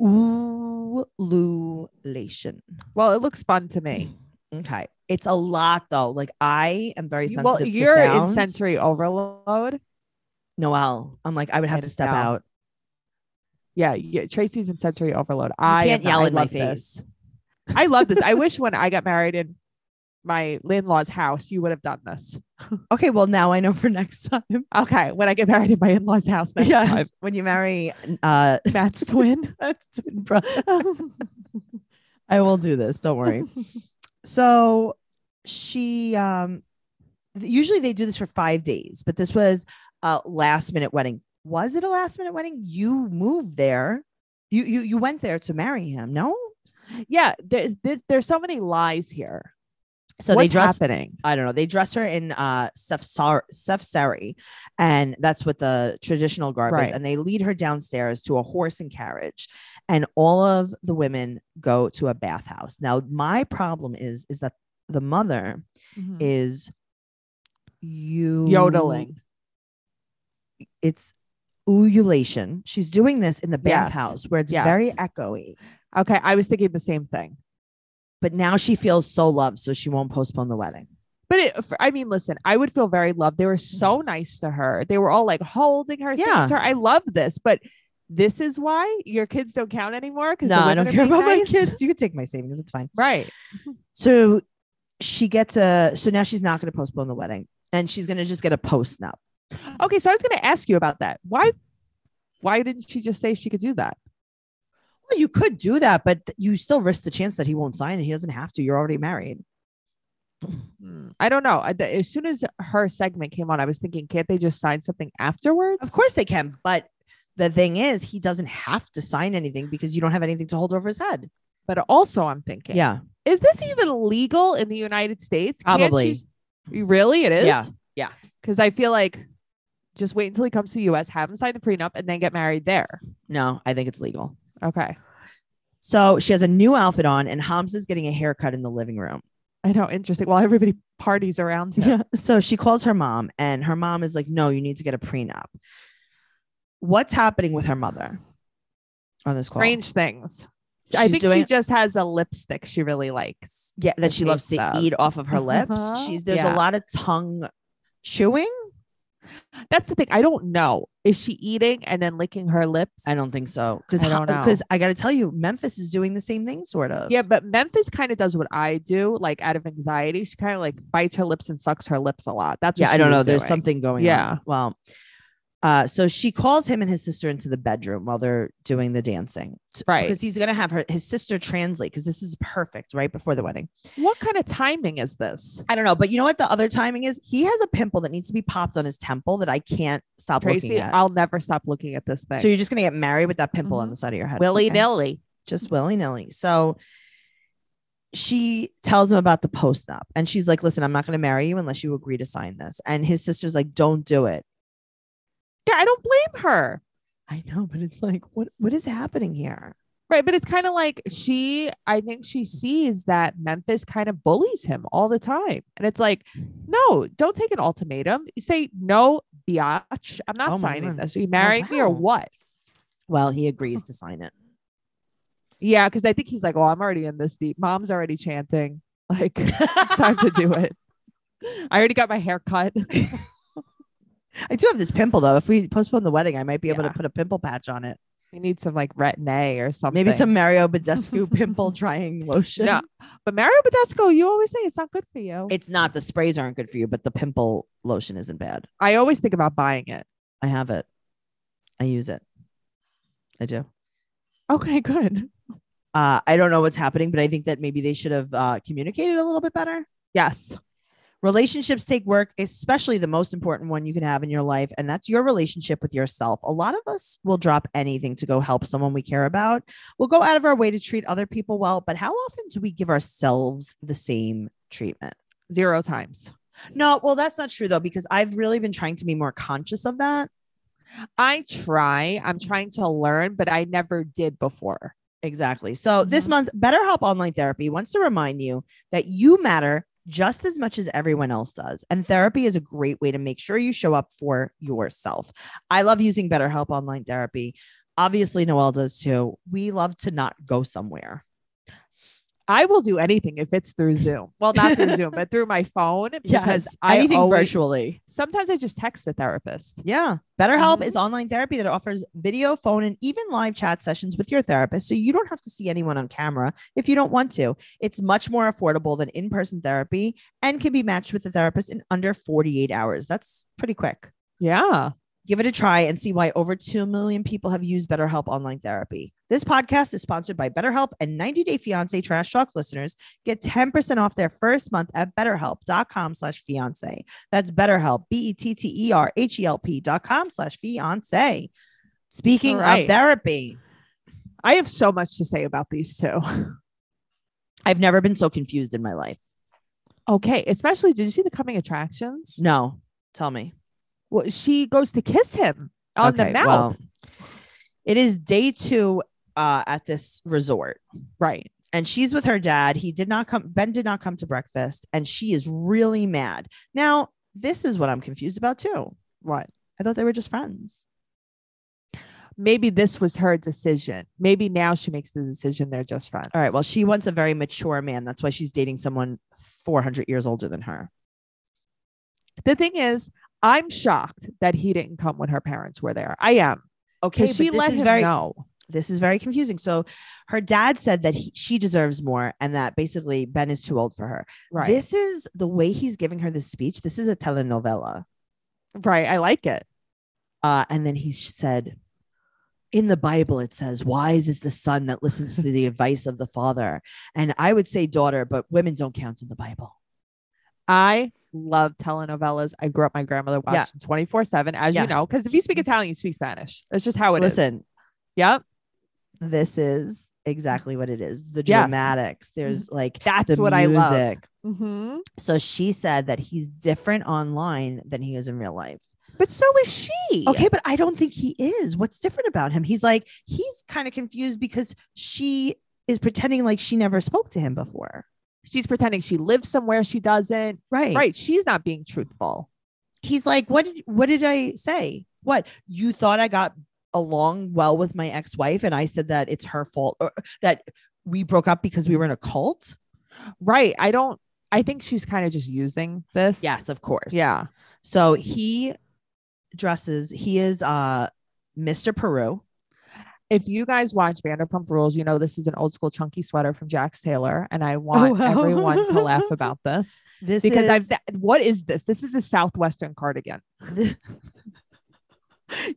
Speaker 2: Ululation.
Speaker 3: Well, it looks fun to me.
Speaker 2: Okay. It's a lot though. Like I am very
Speaker 3: You-
Speaker 2: sensitive
Speaker 3: well,
Speaker 2: to
Speaker 3: you're in
Speaker 2: sound.
Speaker 3: sensory overload.
Speaker 2: Noelle. I'm like, I would have
Speaker 3: I
Speaker 2: to step
Speaker 3: know.
Speaker 2: out.
Speaker 3: Yeah, yeah. Tracy's in sensory overload.
Speaker 2: You
Speaker 3: I
Speaker 2: can't
Speaker 3: am not-
Speaker 2: yell
Speaker 3: I
Speaker 2: in my
Speaker 3: love
Speaker 2: face.
Speaker 3: this. I love this. I
Speaker 2: *laughs*
Speaker 3: wish when I got married in my in-laws house, you would have done this.
Speaker 2: Okay. Well, now I know for next *laughs* time.
Speaker 3: Okay, when I get married in my in-laws house next
Speaker 2: yes.
Speaker 3: time,
Speaker 2: When you marry uh
Speaker 3: Matt's
Speaker 2: *laughs*
Speaker 3: twin.
Speaker 2: twin
Speaker 3: *laughs*
Speaker 2: brother. I will do this. Don't worry. so she um th- usually they do this for five days, but this was a last minute wedding. Was it a last minute wedding? You moved there. You you you went there to marry him, no?
Speaker 3: Yeah, there's this, there's so many lies here.
Speaker 2: So they
Speaker 3: What's
Speaker 2: dress
Speaker 3: happening?
Speaker 2: I don't know. They dress her in uh sefsar- sefsari, and that's what the traditional garb
Speaker 3: Right.
Speaker 2: is. And they lead her downstairs to a horse and carriage, and all of the women go to a bathhouse. Now, my problem is is that the mother
Speaker 3: Mhm.
Speaker 2: is you
Speaker 3: Yodeling.
Speaker 2: It's ululation. She's doing this in the
Speaker 3: Yes.
Speaker 2: bathhouse where it's
Speaker 3: Yes.
Speaker 2: very echoey.
Speaker 3: Okay, I was thinking the same thing.
Speaker 2: But now she feels so loved, so she won't postpone the wedding.
Speaker 3: But it, for, I mean, listen, I would feel very loved. They were so nice to her. They were all like holding her, singing
Speaker 2: Mm-hmm. Yeah.
Speaker 3: to her. I love this, but this is why your kids don't count anymore. Because
Speaker 2: No, I don't care about
Speaker 3: nice.
Speaker 2: my kids. You can take my savings. It's fine.
Speaker 3: right?
Speaker 2: So she gets a so now she's not going to postpone the wedding and she's going to just get a post snap.
Speaker 3: Okay, so I was going to ask you about that. Why? Why didn't she just say she could do that?
Speaker 2: Well, you could do that, but th- you still risk the chance that he won't sign and he doesn't have to. You're already married. Hmm.
Speaker 3: I don't know. I, as soon as her segment came on, I was thinking, can't they just sign something afterwards?
Speaker 2: Of course they can, but the thing is he doesn't have to sign anything because you don't have anything to hold over his head.
Speaker 3: But also, I'm thinking,
Speaker 2: Yeah.
Speaker 3: is this even legal in the United States? Can't
Speaker 2: Probably.
Speaker 3: she- really, it is.
Speaker 2: Yeah, yeah.
Speaker 3: Because I feel like just wait until he comes to the U.S., have him sign the prenup, and then get married there.
Speaker 2: No, I think it's legal.
Speaker 3: Okay.
Speaker 2: So she has a new outfit on and Hams is getting a haircut in the living room.
Speaker 3: I know. Interesting. While everybody parties around him.
Speaker 2: So she calls her mom, and her mom is like, No, you need to get a prenup. What's happening with her mother on this call?
Speaker 3: *laughs* strange things. I
Speaker 2: She's
Speaker 3: think
Speaker 2: doing-
Speaker 3: she just has a lipstick she really likes.
Speaker 2: yeah, that
Speaker 3: the
Speaker 2: she loves
Speaker 3: taste
Speaker 2: to
Speaker 3: of.
Speaker 2: eat off of her lips.
Speaker 3: Uh-huh.
Speaker 2: She's there's
Speaker 3: Yeah.
Speaker 2: a lot of tongue chewing.
Speaker 3: That's the thing. I don't know. Is she eating and then licking her lips?
Speaker 2: I don't think so. Because
Speaker 3: I don't know.
Speaker 2: because I gotta tell you, Memphis is doing the same thing, sort of.
Speaker 3: Yeah, but Memphis kind of does what I do, like out of anxiety. She kind of like bites her lips and sucks her lips a lot. That's what
Speaker 2: Yeah, I
Speaker 3: she
Speaker 2: don't
Speaker 3: was
Speaker 2: know. There's
Speaker 3: doing.
Speaker 2: something going on.
Speaker 3: Yeah.
Speaker 2: Well, uh, so she calls him and his sister into the bedroom while they're doing the dancing.
Speaker 3: Right.
Speaker 2: Because he's gonna have her his sister translate because this is perfect right before the wedding.
Speaker 3: What kind of timing is this?
Speaker 2: I don't know, but you know what the other timing is? He has a pimple that needs to be popped on his temple that I can't stop
Speaker 3: Tracy, uh,
Speaker 2: looking at. Mm-hmm.
Speaker 3: I'll never stop looking at this thing.
Speaker 2: so you're just gonna get married with that pimple on
Speaker 3: Mhm.
Speaker 2: the side of your head,
Speaker 3: Willy
Speaker 2: Okay.
Speaker 3: nilly.
Speaker 2: just willy nilly. So she tells him about the post nup, and she's like, "Listen, I'm not gonna marry you unless you agree to sign this." And his sister's like, "Don't do it."
Speaker 3: Yeah, I don't blame her.
Speaker 2: I know, but it's like, what what is happening here?
Speaker 3: Right. But it's kind of like she, I think she sees that Memphis kind of bullies him all the time. And it's like, no, don't take an ultimatum. You say, no, biatch. I'm not
Speaker 2: Oh my
Speaker 3: signing
Speaker 2: God.
Speaker 3: this. Are you marrying me or
Speaker 2: wow.
Speaker 3: what?
Speaker 2: Well, he agrees to sign *laughs* it.
Speaker 3: Yeah. Cause I think he's like, oh, I'm already in this deep. Mom's already chanting. *laughs* Like, it's time to do it. *laughs* I already got my hair cut. *laughs*
Speaker 2: I do have this pimple though. If we postpone the wedding, I might be able to
Speaker 3: Yeah.
Speaker 2: put a pimple patch on it.
Speaker 3: You need some like retin A or something.
Speaker 2: Maybe some Mario *laughs* Badescu pimple drying lotion.
Speaker 3: No. But Mario Badesco, you always say it's not good for you.
Speaker 2: it's not the sprays aren't good for you, but the pimple lotion isn't bad.
Speaker 3: I always think about buying it.
Speaker 2: I have it. I use it. I do.
Speaker 3: Okay, good.
Speaker 2: Uh, I don't know what's happening, but I think that maybe they should have uh, communicated a little bit better.
Speaker 3: Yes.
Speaker 2: Relationships take work, especially the most important one you can have in your life, and that's your relationship with yourself. A lot of us will drop anything to go help someone we care about. We'll go out of our way to treat other people well, but how often do we give ourselves the same treatment?
Speaker 3: Zero times.
Speaker 2: No, well, that's not true though, because I've really been trying to be more conscious of that.
Speaker 3: I try. I'm trying to learn, but I never did before.
Speaker 2: Exactly. So this
Speaker 3: Mhm.
Speaker 2: month, BetterHelp Online Therapy wants to remind you that you matter just as much as everyone else does. And therapy is a great way to make sure you show up for yourself. I love using BetterHelp Online Therapy. Obviously, Noelle does too. We love to not go somewhere.
Speaker 3: I will do anything if it's through Zoom. Well, not through Zoom, but through
Speaker 2: *laughs*
Speaker 3: my phone because I
Speaker 2: anything
Speaker 3: always,
Speaker 2: virtually.
Speaker 3: Sometimes I just text the therapist.
Speaker 2: Yeah. BetterHelp
Speaker 3: Mhm.
Speaker 2: is online therapy that offers video, phone, and even live chat sessions with your therapist. So you don't have to see anyone on camera if you don't want to. It's much more affordable than in person therapy and can be matched with a therapist in under 48 hours. That's pretty quick.
Speaker 3: Yeah.
Speaker 2: Give it a try and see why over 2 million people have used BetterHelp online therapy. This podcast is sponsored by BetterHelp and 90 Day Fiance Trash Talk listeners get 10% off their first month at betterhelp.com slash fiance. That's betterhelp, E B-E-T-T-E-R-H-E-L-P E dot com slash fiance. Speaking
Speaker 3: All right.
Speaker 2: of therapy,
Speaker 3: I have so much to say about these two. *laughs*
Speaker 2: I've never been so confused in my life.
Speaker 3: Okay. Especially, did you see the coming attractions?
Speaker 2: No, tell me.
Speaker 3: Well, she goes to kiss him on the
Speaker 2: Okay,
Speaker 3: mouth.
Speaker 2: well, it is day two uh, at this resort,
Speaker 3: right.
Speaker 2: and she's with her dad. He did not come. Ben did not come to breakfast, and she is really mad. Now, this is what I'm confused about too.
Speaker 3: What?
Speaker 2: I thought they were just friends.
Speaker 3: Maybe this was her decision. Maybe now she makes the decision they're just friends.
Speaker 2: All right. Well, she wants a very mature man. That's why she's dating someone 400 years older than her.
Speaker 3: the thing is, I'm shocked that he didn't come when her parents were there. I am.
Speaker 2: Okay,
Speaker 3: Because she
Speaker 2: but this
Speaker 3: let
Speaker 2: is
Speaker 3: him
Speaker 2: very
Speaker 3: know.
Speaker 2: this is very confusing. So, her dad said that he, she deserves more, and that basically Ben is too old for her.
Speaker 3: Right.
Speaker 2: This is the way he's giving her this speech. This is a telenovela.
Speaker 3: right. I like it.
Speaker 2: Uh, and then he said, in the Bible, it says, wise is the son that listens to
Speaker 3: *laughs*
Speaker 2: the advice of the father. And I would say daughter, but women don't count in the Bible.
Speaker 3: I love telenovelas. I grew up, my grandmother
Speaker 2: Yeah.
Speaker 3: watched 24 7, as
Speaker 2: Yeah. Mm-hmm.
Speaker 3: you know, because if you speak Italian, you speak Spanish. That's just how it is.
Speaker 2: Listen,
Speaker 3: Yep.
Speaker 2: this is exactly what it is the
Speaker 3: Yes.
Speaker 2: dramatics. There's like
Speaker 3: That's
Speaker 2: the
Speaker 3: what I love.
Speaker 2: music.
Speaker 3: hmm
Speaker 2: So she said that he's different online than he is in real life.
Speaker 3: But so is she.
Speaker 2: Okay, but I don't think he is. What's different about him? He's like, he's kind of confused because she is pretending like she never spoke to him before.
Speaker 3: She's pretending she lives somewhere she doesn't.
Speaker 2: Right.
Speaker 3: Right. She's not being truthful.
Speaker 2: He's like, what did what did I say? What? You thought I got along well with my ex-wife and I said that it's her fault or that we broke up because we were in a cult?
Speaker 3: Right. I don't, I think she's kind of just using this.
Speaker 2: Yes, of course.
Speaker 3: Yeah.
Speaker 2: So he dresses, he is uh Mr. Peru.
Speaker 3: If you guys watch Vanderpump Rules, you know this is an old school chunky sweater from Jax Taylor. And I want
Speaker 2: Oh, wow.
Speaker 3: everyone to
Speaker 2: *laughs*
Speaker 3: laugh about this
Speaker 2: This
Speaker 3: because
Speaker 2: is,
Speaker 3: I've, th- what is this? This is a Southwestern cardigan.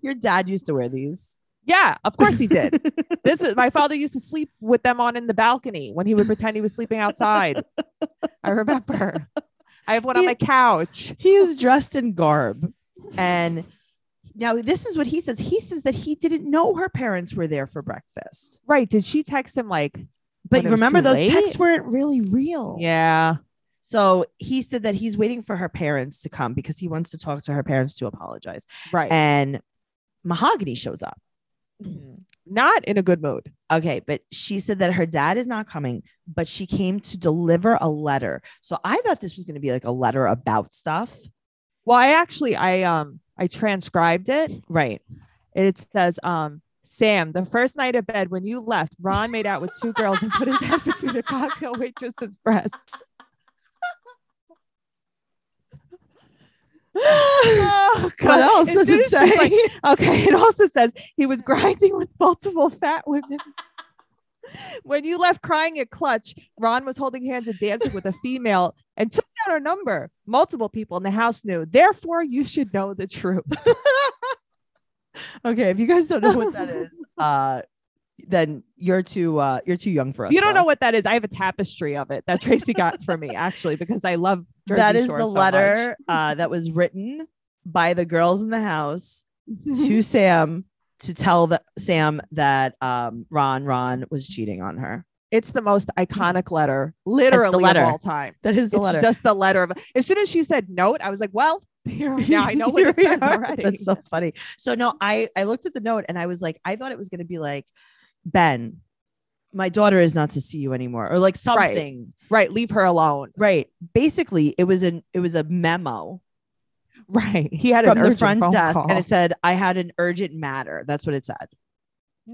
Speaker 2: your dad used to wear these.
Speaker 3: Yeah, of course
Speaker 2: *laughs*
Speaker 3: he did. this was, my father used to sleep with them on in the balcony when he would pretend he was sleeping outside. I remember. I
Speaker 2: *laughs*
Speaker 3: have one on
Speaker 2: He-
Speaker 3: my couch.
Speaker 2: He is dressed in garb. And now this is what he says. He says that he didn't know her parents were there for breakfast.
Speaker 3: Right? Did she text him like?
Speaker 2: But
Speaker 3: When it was
Speaker 2: remember
Speaker 3: too
Speaker 2: those
Speaker 3: late?
Speaker 2: texts weren't really real.
Speaker 3: Yeah.
Speaker 2: So he said that he's waiting for her parents to come because he wants to talk to her parents to apologize.
Speaker 3: Right.
Speaker 2: And Mahogany shows up.
Speaker 3: Mm-hmm. Not in a good mood.
Speaker 2: Okay, but she said that her dad is not coming, but she came to deliver a letter. So I thought this was going to be like a letter about stuff.
Speaker 3: Well, I actually I um I transcribed it.
Speaker 2: Right.
Speaker 3: It says um. Sam, the first night of bed when you left, Ron made out with two girls and put his head between a cocktail waitress's breasts. *laughs* Oh,
Speaker 2: *gasps* What else
Speaker 3: As
Speaker 2: does
Speaker 3: soon
Speaker 2: it
Speaker 3: as
Speaker 2: say?
Speaker 3: she's
Speaker 2: *laughs*
Speaker 3: like, Okay. It also says he was grinding with multiple fat *laughs* women. when you left crying at Clutch, Ron was holding hands and dancing with a female and took down her number. Multiple people in the house knew. Therefore, you should know the truth.
Speaker 2: okay, if you guys don't know what *laughs* that is, uh, then you're too uh, you're too young for us.
Speaker 3: You don't
Speaker 2: bro.
Speaker 3: know what that is. I have a tapestry of it that Tracy got for me, actually, because I love Jersey
Speaker 2: that is
Speaker 3: Shore
Speaker 2: the
Speaker 3: so much.
Speaker 2: letter uh, that was written by the girls in the house
Speaker 3: *laughs* Mm-hmm.
Speaker 2: to Sam to tell the, Sam that um, Ron Ron was cheating on her.
Speaker 3: It's the most iconic letter, literally
Speaker 2: Mm-hmm. letter.
Speaker 3: of all time.
Speaker 2: That is the
Speaker 3: It's
Speaker 2: letter.
Speaker 3: just the letter of. As soon as she said note, I was like, "Well, *laughs* here now I know what
Speaker 2: Here
Speaker 3: it
Speaker 2: we
Speaker 3: says
Speaker 2: are.
Speaker 3: already."
Speaker 2: That's so funny. So no, I I looked at the note and I was like, I thought it was going to be like Ben, my daughter is not to see you anymore, or like
Speaker 3: Right.
Speaker 2: something.
Speaker 3: right, leave her alone.
Speaker 2: Right. Basically, it was an it was a memo
Speaker 3: Right. He had
Speaker 2: from
Speaker 3: an
Speaker 2: the
Speaker 3: urgent
Speaker 2: front
Speaker 3: phone
Speaker 2: desk,
Speaker 3: call.
Speaker 2: and it said, "I had an urgent matter." That's what it said.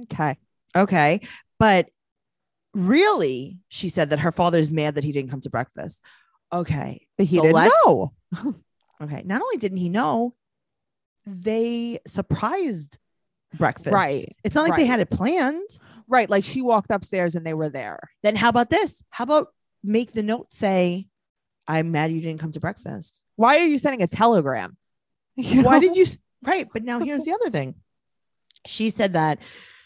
Speaker 3: okay.
Speaker 2: Okay, but really, she said that her father's mad that he didn't come to breakfast. Okay,
Speaker 3: But he
Speaker 2: so
Speaker 3: didn't
Speaker 2: let's-
Speaker 3: know.
Speaker 2: Okay. Not only didn't he know, they surprised breakfast.
Speaker 3: Right,
Speaker 2: It's not like they
Speaker 3: right.
Speaker 2: had it planned.
Speaker 3: Right. Like she walked upstairs and they were there.
Speaker 2: Then how about this? How about make the note say, I'm mad you didn't come to breakfast?
Speaker 3: Why are you sending a telegram? You
Speaker 2: Why
Speaker 3: know?
Speaker 2: did *laughs* you? s- Right. But now here's the other thing. She said that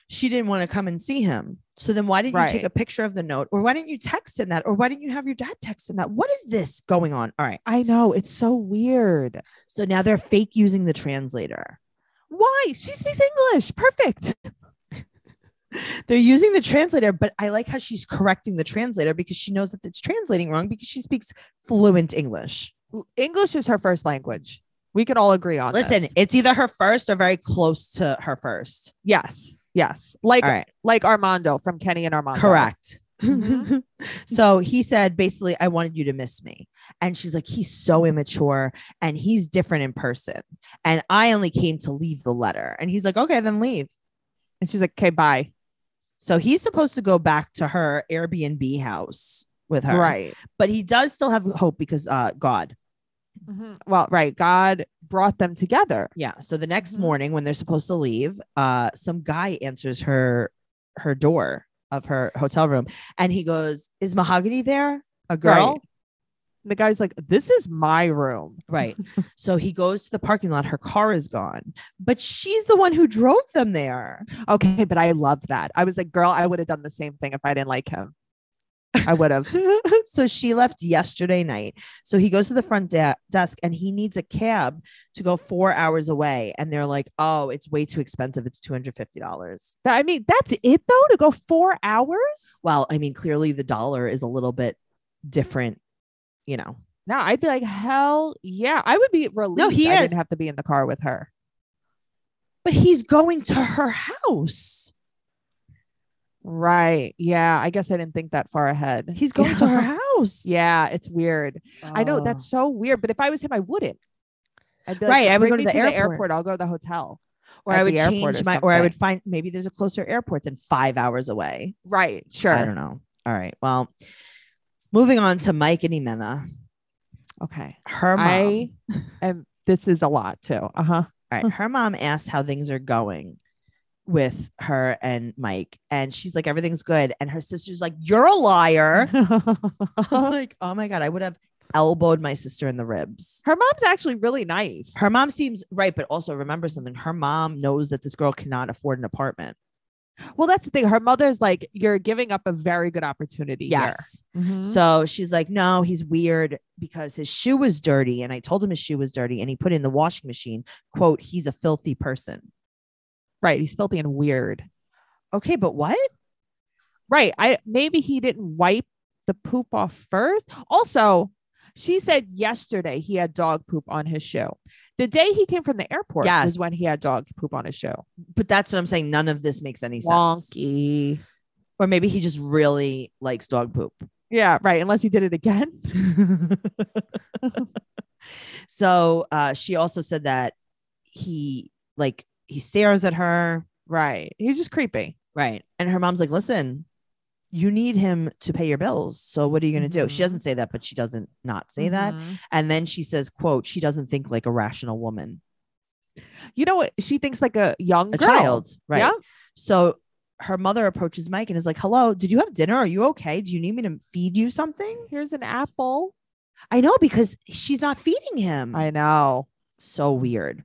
Speaker 2: she didn't want to come and see him. So then why didn't you take
Speaker 3: Right.
Speaker 2: a picture of the note? Or why didn't you text him that? Or why didn't you have your dad text him that? What is this going on? All right.
Speaker 3: I know. It's so weird.
Speaker 2: So now they're fake using the translator.
Speaker 3: Why? She speaks English. Perfect.
Speaker 2: They're using the translator, but I like how she's correcting the translator because she knows that it's translating wrong because she speaks fluent English.
Speaker 3: English is her first language. We can all agree on
Speaker 2: Listen,
Speaker 3: this.
Speaker 2: it's either her first or very close to her first.
Speaker 3: Yes. Yes. Like
Speaker 2: All right,
Speaker 3: like Armando from Kenny and Armando.
Speaker 2: correct.
Speaker 3: Mhm.
Speaker 2: *laughs* so he said, basically, I wanted you to miss me. And she's like, he's so immature and he's different in person. And I only came to leave the letter. And he's like, okay, then leave.
Speaker 3: And she's like, okay, bye.
Speaker 2: So he's supposed to go back to her Airbnb house with her.
Speaker 3: Right.
Speaker 2: But he does still have hope because uh God.
Speaker 3: Mhm. Well, right. God brought them together.
Speaker 2: Yeah. So the next
Speaker 3: Mhm.
Speaker 2: morning when they're supposed to leave, uh some guy answers her her door of her hotel room and he goes, "Is Mahogany there?" A girl?
Speaker 3: And the guy's like, this is my room. *laughs*
Speaker 2: Right. so he goes to the parking lot, her car is gone, but she's the one who drove them
Speaker 3: *laughs*
Speaker 2: there.
Speaker 3: Okay, but I love that. I was like, girl, I would have done the same thing if I didn't like him. I
Speaker 2: *laughs*
Speaker 3: would have.
Speaker 2: so she left yesterday night. So he goes to the front de- desk and he needs a cab to go four hours away. And they're like, oh, it's way too expensive. It's $250.
Speaker 3: I mean, that's it though, to go four hours?
Speaker 2: Well, I mean, clearly the dollar is a little bit different, you know.
Speaker 3: No, I'd be like, hell yeah. I would be relieved
Speaker 2: he
Speaker 3: I
Speaker 2: is.
Speaker 3: didn't have to be in the car with her.
Speaker 2: But he's going to her house.
Speaker 3: Right. Yeah. I guess I didn't think that far ahead.
Speaker 2: He's going
Speaker 3: *laughs*
Speaker 2: to her house.
Speaker 3: Yeah, it's weird. I know
Speaker 2: Oh.
Speaker 3: that's so weird. But if I was him, I wouldn't. I'd be
Speaker 2: Right, I would
Speaker 3: "Bring
Speaker 2: go to
Speaker 3: me
Speaker 2: the
Speaker 3: airport.
Speaker 2: airport."
Speaker 3: I'll go to the hotel.
Speaker 2: or
Speaker 3: at
Speaker 2: I
Speaker 3: the
Speaker 2: would
Speaker 3: airport or
Speaker 2: change my, or I would
Speaker 3: something.
Speaker 2: find maybe there's a closer airport than five hours away.
Speaker 3: Right. Sure.
Speaker 2: I don't know. All right. Well, moving on to Mike and Imena,
Speaker 3: Okay.
Speaker 2: her mom.
Speaker 3: I am. This is a lot too. Uh huh.
Speaker 2: All right. Her mom asks how things are going with her and Mike. And she's like, everything's good. And her sister's like, you're a
Speaker 3: *laughs*
Speaker 2: liar. *laughs* I'm like, oh my God, I would have elbowed my sister in the ribs.
Speaker 3: Her mom's actually really nice.
Speaker 2: Her mom seems right, but also remember something. Her mom knows that this girl cannot afford an apartment.
Speaker 3: well, that's the thing. Her mother's like, you're giving up a very good opportunity.
Speaker 2: Yes.
Speaker 3: Here. Mhm.
Speaker 2: So she's like, no, he's weird because his shoe was dirty. And I told him his shoe was dirty and he put it in the washing machine. Quote, he's a filthy person.
Speaker 3: Right. He's filthy and weird.
Speaker 2: Okay, but what?
Speaker 3: Right. I maybe he didn't wipe the poop off first. Also, she said yesterday he had dog poop on his shoe. The day he came from the airport
Speaker 2: Yes.
Speaker 3: was when he had dog poop on his shoe.
Speaker 2: But that's what I'm saying. None of this makes any sense.
Speaker 3: Wonky.
Speaker 2: or maybe he just really likes dog poop.
Speaker 3: Yeah, right. Unless he did it again. *laughs*
Speaker 2: So uh, she also said that he like he stares at her,
Speaker 3: right. He's just creepy.
Speaker 2: right? And her mom's like, "Listen, you need him to pay your bills. So what are you going to do?"
Speaker 3: Mhm.
Speaker 2: She doesn't say that, but she doesn't not say that.
Speaker 3: Mhm.
Speaker 2: And then she says, "Quote: She doesn't think like a rational woman,
Speaker 3: You know what? She thinks like a young
Speaker 2: a
Speaker 3: girl.
Speaker 2: child, right?"
Speaker 3: Yeah.
Speaker 2: So her mother approaches Mike and is like, "Hello, did you have dinner? Are you okay? Do you need me to feed you something?"
Speaker 3: Here's an apple.
Speaker 2: I know because she's not feeding him.
Speaker 3: I know.
Speaker 2: so weird.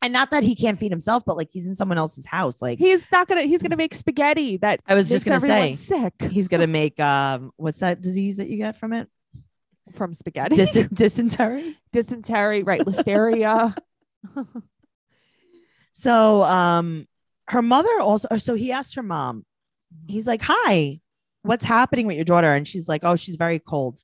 Speaker 2: And not that he can't feed himself, but like he's in someone else's house. Like
Speaker 3: He's not gonna he's gonna make spaghetti that
Speaker 2: I was just gonna
Speaker 3: makes
Speaker 2: say,
Speaker 3: everyone sick
Speaker 2: he's gonna make um, what's that disease that you get from
Speaker 3: *laughs*
Speaker 2: it?
Speaker 3: from spaghetti.
Speaker 2: Dis- dysentery.
Speaker 3: Dysentery,
Speaker 2: *laughs*
Speaker 3: right? Listeria.
Speaker 2: So um, her mother also. So he asked her mom.
Speaker 3: Mm-hmm.
Speaker 2: He's like, "Hi, what's happening with your daughter?" And she's like, "Oh, she's very cold."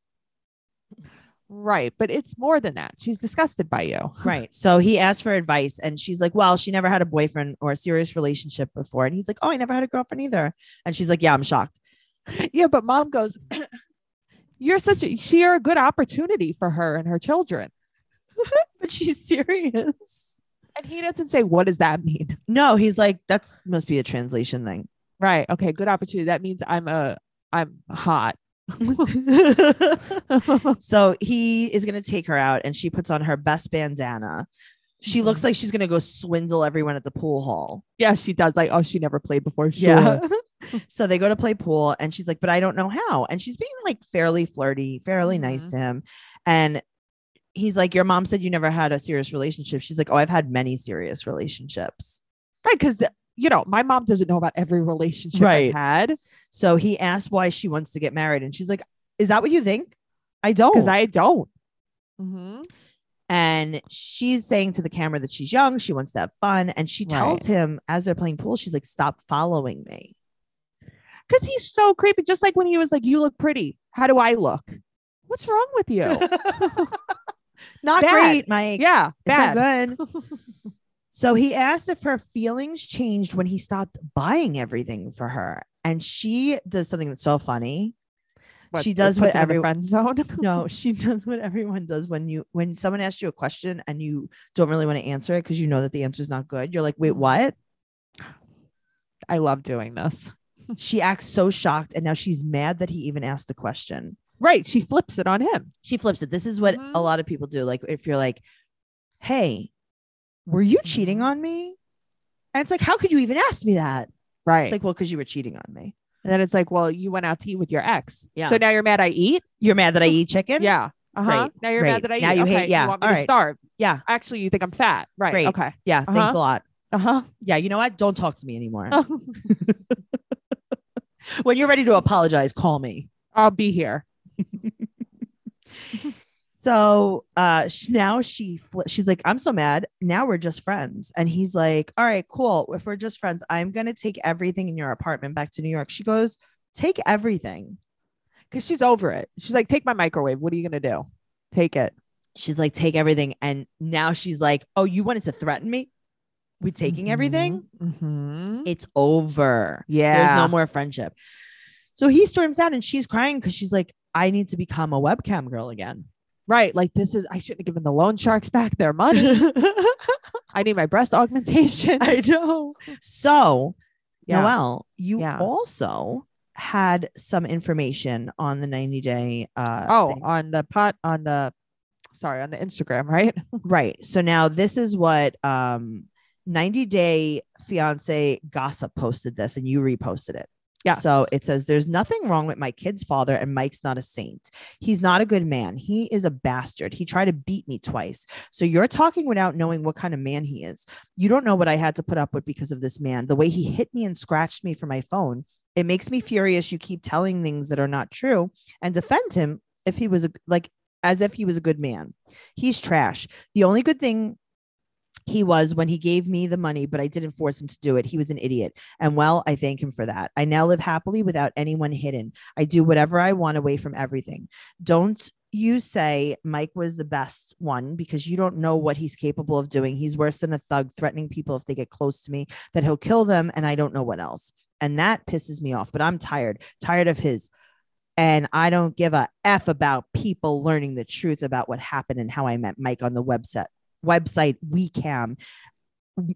Speaker 3: Right. But it's more than that. She's disgusted by you. *laughs*
Speaker 2: Right. So he asked for advice, and she's like, "Well, she never had a boyfriend or a serious relationship before." And he's like, "Oh, I never had a girlfriend either." And she's like, "Yeah, I'm shocked." *laughs*
Speaker 3: Yeah. But mom goes, *clears throat* You're such a, sheer good opportunity for her and her children.
Speaker 2: But she's serious.
Speaker 3: And he doesn't say, What does that mean? *laughs*
Speaker 2: No, he's like, "That's must be a translation thing."
Speaker 3: Right. Okay. Good opportunity. That means I'm a, I'm hot. *laughs*
Speaker 2: so he is going to take her out and she puts on her best bandana. She looks like she's going to go swindle everyone at the pool hall.
Speaker 3: yeah. She does. Like, Oh, she never played before. Sure.
Speaker 2: *laughs* so they go to play pool and she's like, but I don't know how. And she's being like fairly flirty, fairly nice
Speaker 3: Mhm.
Speaker 2: to him. And he's like, Your mom said you never had a serious relationship. She's like, Oh, I've had many serious relationships.
Speaker 3: Right. Cause, the- you know, my mom doesn't know about every relationship
Speaker 2: Right.
Speaker 3: I've had
Speaker 2: So he asked why she wants to get Oh. married. And she's like, Is that what you think? I don't.
Speaker 3: because I don't. Mhm.
Speaker 2: And she's saying to the camera that she's young, she wants to have fun. And she tells
Speaker 3: Right.
Speaker 2: him as they're playing pool, she's like, stop following me.
Speaker 3: Because he's so creepy. Just like when he was like, You look pretty. How do I look? What's wrong with you?
Speaker 2: Not
Speaker 3: Bad.
Speaker 2: great, Mike.
Speaker 3: yeah, bad.
Speaker 2: It's not good. *laughs* so he asked if her feelings changed when he stopped buying everything for her. And she does something that's so funny. She does what
Speaker 3: puts him in the
Speaker 2: every-
Speaker 3: friend zone.
Speaker 2: *laughs*
Speaker 3: *laughs*
Speaker 2: No, she does what everyone does when you when someone asks you a question and you don't really want to answer it because you know that the answer is not good. You're like, wait, what?
Speaker 3: I love doing this.
Speaker 2: She acts so shocked and now she's mad that he even asked the question.
Speaker 3: Right. She flips it on him.
Speaker 2: She flips it. This is what a
Speaker 3: Mhm.
Speaker 2: lot of people do. Like if you're like, hey, were you cheating
Speaker 3: Mhm.
Speaker 2: on me? And it's like, how could you even ask me that?
Speaker 3: Right.
Speaker 2: It's like, well, because you were cheating on me.
Speaker 3: and then it's like, well, you went out to eat with your ex.
Speaker 2: Yeah.
Speaker 3: So now you're mad I eat?
Speaker 2: You're mad that I eat chicken?
Speaker 3: Yeah. Uh-huh.
Speaker 2: Great,
Speaker 3: Now you're
Speaker 2: great.
Speaker 3: mad that I eat.
Speaker 2: Now you hate-
Speaker 3: okay,
Speaker 2: yeah,
Speaker 3: You want me
Speaker 2: all
Speaker 3: to
Speaker 2: right.
Speaker 3: starve.
Speaker 2: Yeah.
Speaker 3: Actually, you think I'm fat. Right.
Speaker 2: Great.
Speaker 3: Okay.
Speaker 2: Yeah. Thanks
Speaker 3: Uh-huh. Oh.
Speaker 2: a lot.
Speaker 3: Uh-huh.
Speaker 2: Yeah. You know what? Don't talk to me anymore. *laughs* When you're ready to apologize, call me.
Speaker 3: I'll be here.
Speaker 2: So uh, sh- now she fl- she's like, I'm so mad. Now we're just friends. And he's like, All right, cool. If we're just friends, I'm gonna take everything in your apartment back to New York. She goes, Take everything.
Speaker 3: Cause she's over it. She's like, take my microwave. What are you gonna do? Take it.
Speaker 2: She's like, Take everything. And now she's like, Oh, you wanted to threaten me with taking everything?
Speaker 3: Mm-hmm.
Speaker 2: It's over.
Speaker 3: Yeah.
Speaker 2: There's no more friendship. So he storms out and she's crying because she's like, I need to become a webcam girl again.
Speaker 3: Right. Like this is I shouldn't have given the loan sharks back their money.
Speaker 2: *laughs*
Speaker 3: I need my breast augmentation.
Speaker 2: I know. So,
Speaker 3: Yeah.
Speaker 2: Noelle, you
Speaker 3: Yeah.
Speaker 2: also had some information on the 90 day. Uh,
Speaker 3: oh,
Speaker 2: thing.
Speaker 3: on the pot on the sorry, on the Instagram, right?
Speaker 2: right. So now this is what um, 90 day fiance gossip posted this and you reposted it.
Speaker 3: Yeah.
Speaker 2: So it says, There's nothing wrong with my kid's father, and Mike's not a saint. He's not a good man. He is a bastard. He tried to beat me twice. So you're talking without knowing what kind of man he is. You don't know what I had to put up with because of this man, the way he hit me and scratched me for my phone. It makes me furious. You keep telling things that are not true and defend him if he was a, like, as if he was a good man. He's trash. The only good thing he was when he gave me the money, but I didn't force him to do it. He was an idiot. And well, I thank him for that. I now live happily without anyone hidden. I do whatever I want away from everything. Don't you say Mike was the best one because you don't know what he's capable of doing. He's worse than a thug, threatening people if they get close to me, that he'll kill them, and I don't know what else. And that pisses me off, but I'm tired, tired of his. And I don't give a F about people learning the truth about what happened and how I met Mike on the website website WeCam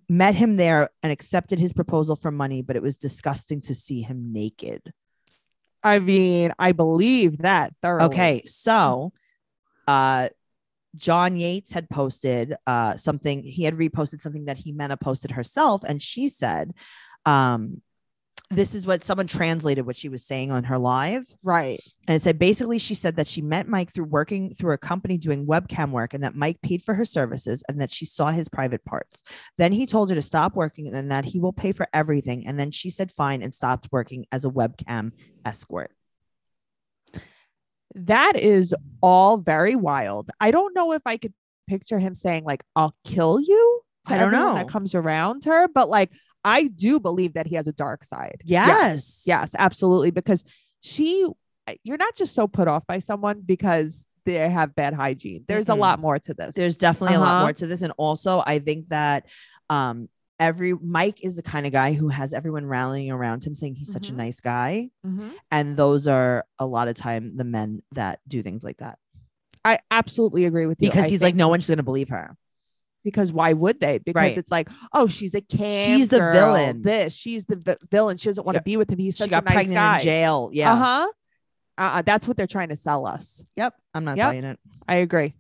Speaker 2: met him there and accepted his proposal for money, but it was disgusting to see him naked.
Speaker 3: I mean, I believe that thoroughly.
Speaker 2: Okay, so uh John Yates had posted uh something he had reposted something that Himena posted herself and she said um this is what someone translated what she was saying on her live
Speaker 3: Right.
Speaker 2: and it said basically she said that she met Mike through working through a company doing webcam work and that Mike paid for her services and that she saw his private parts. Then he told her to stop working and then that he will pay for everything. And then she said fine and stopped working as a webcam escort.
Speaker 3: That is all very wild. I don't know if I could picture him saying, like, I'll kill you. to
Speaker 2: I don't
Speaker 3: everyone
Speaker 2: know.
Speaker 3: That comes around her, but like I do believe that he has a dark side.
Speaker 2: Yes.
Speaker 3: Yes, absolutely. Because she, you're not just so put off by someone because they have bad hygiene. There's
Speaker 2: Mm-mm.
Speaker 3: a lot more to this.
Speaker 2: There's definitely a lot
Speaker 3: Uh-huh.
Speaker 2: more to this. And also, I think that um, every Mike is the kind of guy who has everyone rallying around him saying he's such a
Speaker 3: Mhm.
Speaker 2: nice guy.
Speaker 3: Mhm.
Speaker 2: And those are a lot of time the men that do things like that
Speaker 3: I absolutely agree with you.
Speaker 2: because
Speaker 3: I
Speaker 2: he's like,
Speaker 3: think-
Speaker 2: no one's going to believe her.
Speaker 3: because why would they? Because
Speaker 2: Right.
Speaker 3: it's like, oh, she's a cam.
Speaker 2: She's the
Speaker 3: girl,
Speaker 2: villain.
Speaker 3: This, she's the vi- villain. She doesn't want
Speaker 2: Yeah.
Speaker 3: to be with him. He's such
Speaker 2: she got
Speaker 3: a nice
Speaker 2: pregnant
Speaker 3: guy.
Speaker 2: in jail. Yeah.
Speaker 3: Uh-huh. Uh-uh. That's what they're trying to sell us.
Speaker 2: Yep. I'm not
Speaker 3: Yep.
Speaker 2: buying it.
Speaker 3: I agree.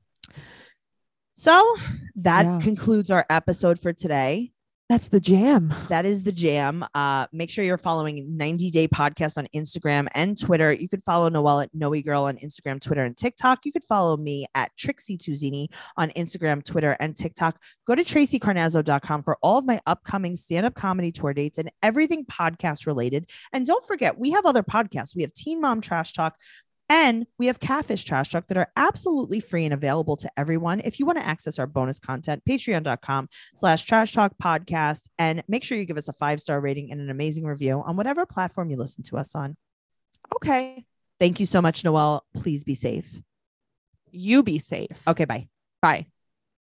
Speaker 2: So that
Speaker 3: Yeah.
Speaker 2: concludes our episode for today.
Speaker 3: That's the jam.
Speaker 2: *sighs* That is the jam. Uh, make sure you're following 90 Day Podcast on Instagram and Twitter. You could follow Noelle at Noe Girl on Instagram, Twitter, and TikTok. You could follow me at Trixie Tuzini on Instagram, Twitter, and TikTok. Go to tracycarnazzo.com for all of my upcoming stand up comedy tour dates and everything podcast related. And don't forget, we have other podcasts. We have Teen Mom Trash Talk. And we have Catfish Trash Talk that are absolutely free and available to everyone. If you want to access our bonus content, patreon.com slash trash talk podcast. And make sure you give us a five star rating and an amazing review on whatever platform you listen to us on.
Speaker 3: Okay.
Speaker 2: Thank you so much, Noel. Please be safe.
Speaker 3: You be safe.
Speaker 2: Okay, bye.
Speaker 3: Bye.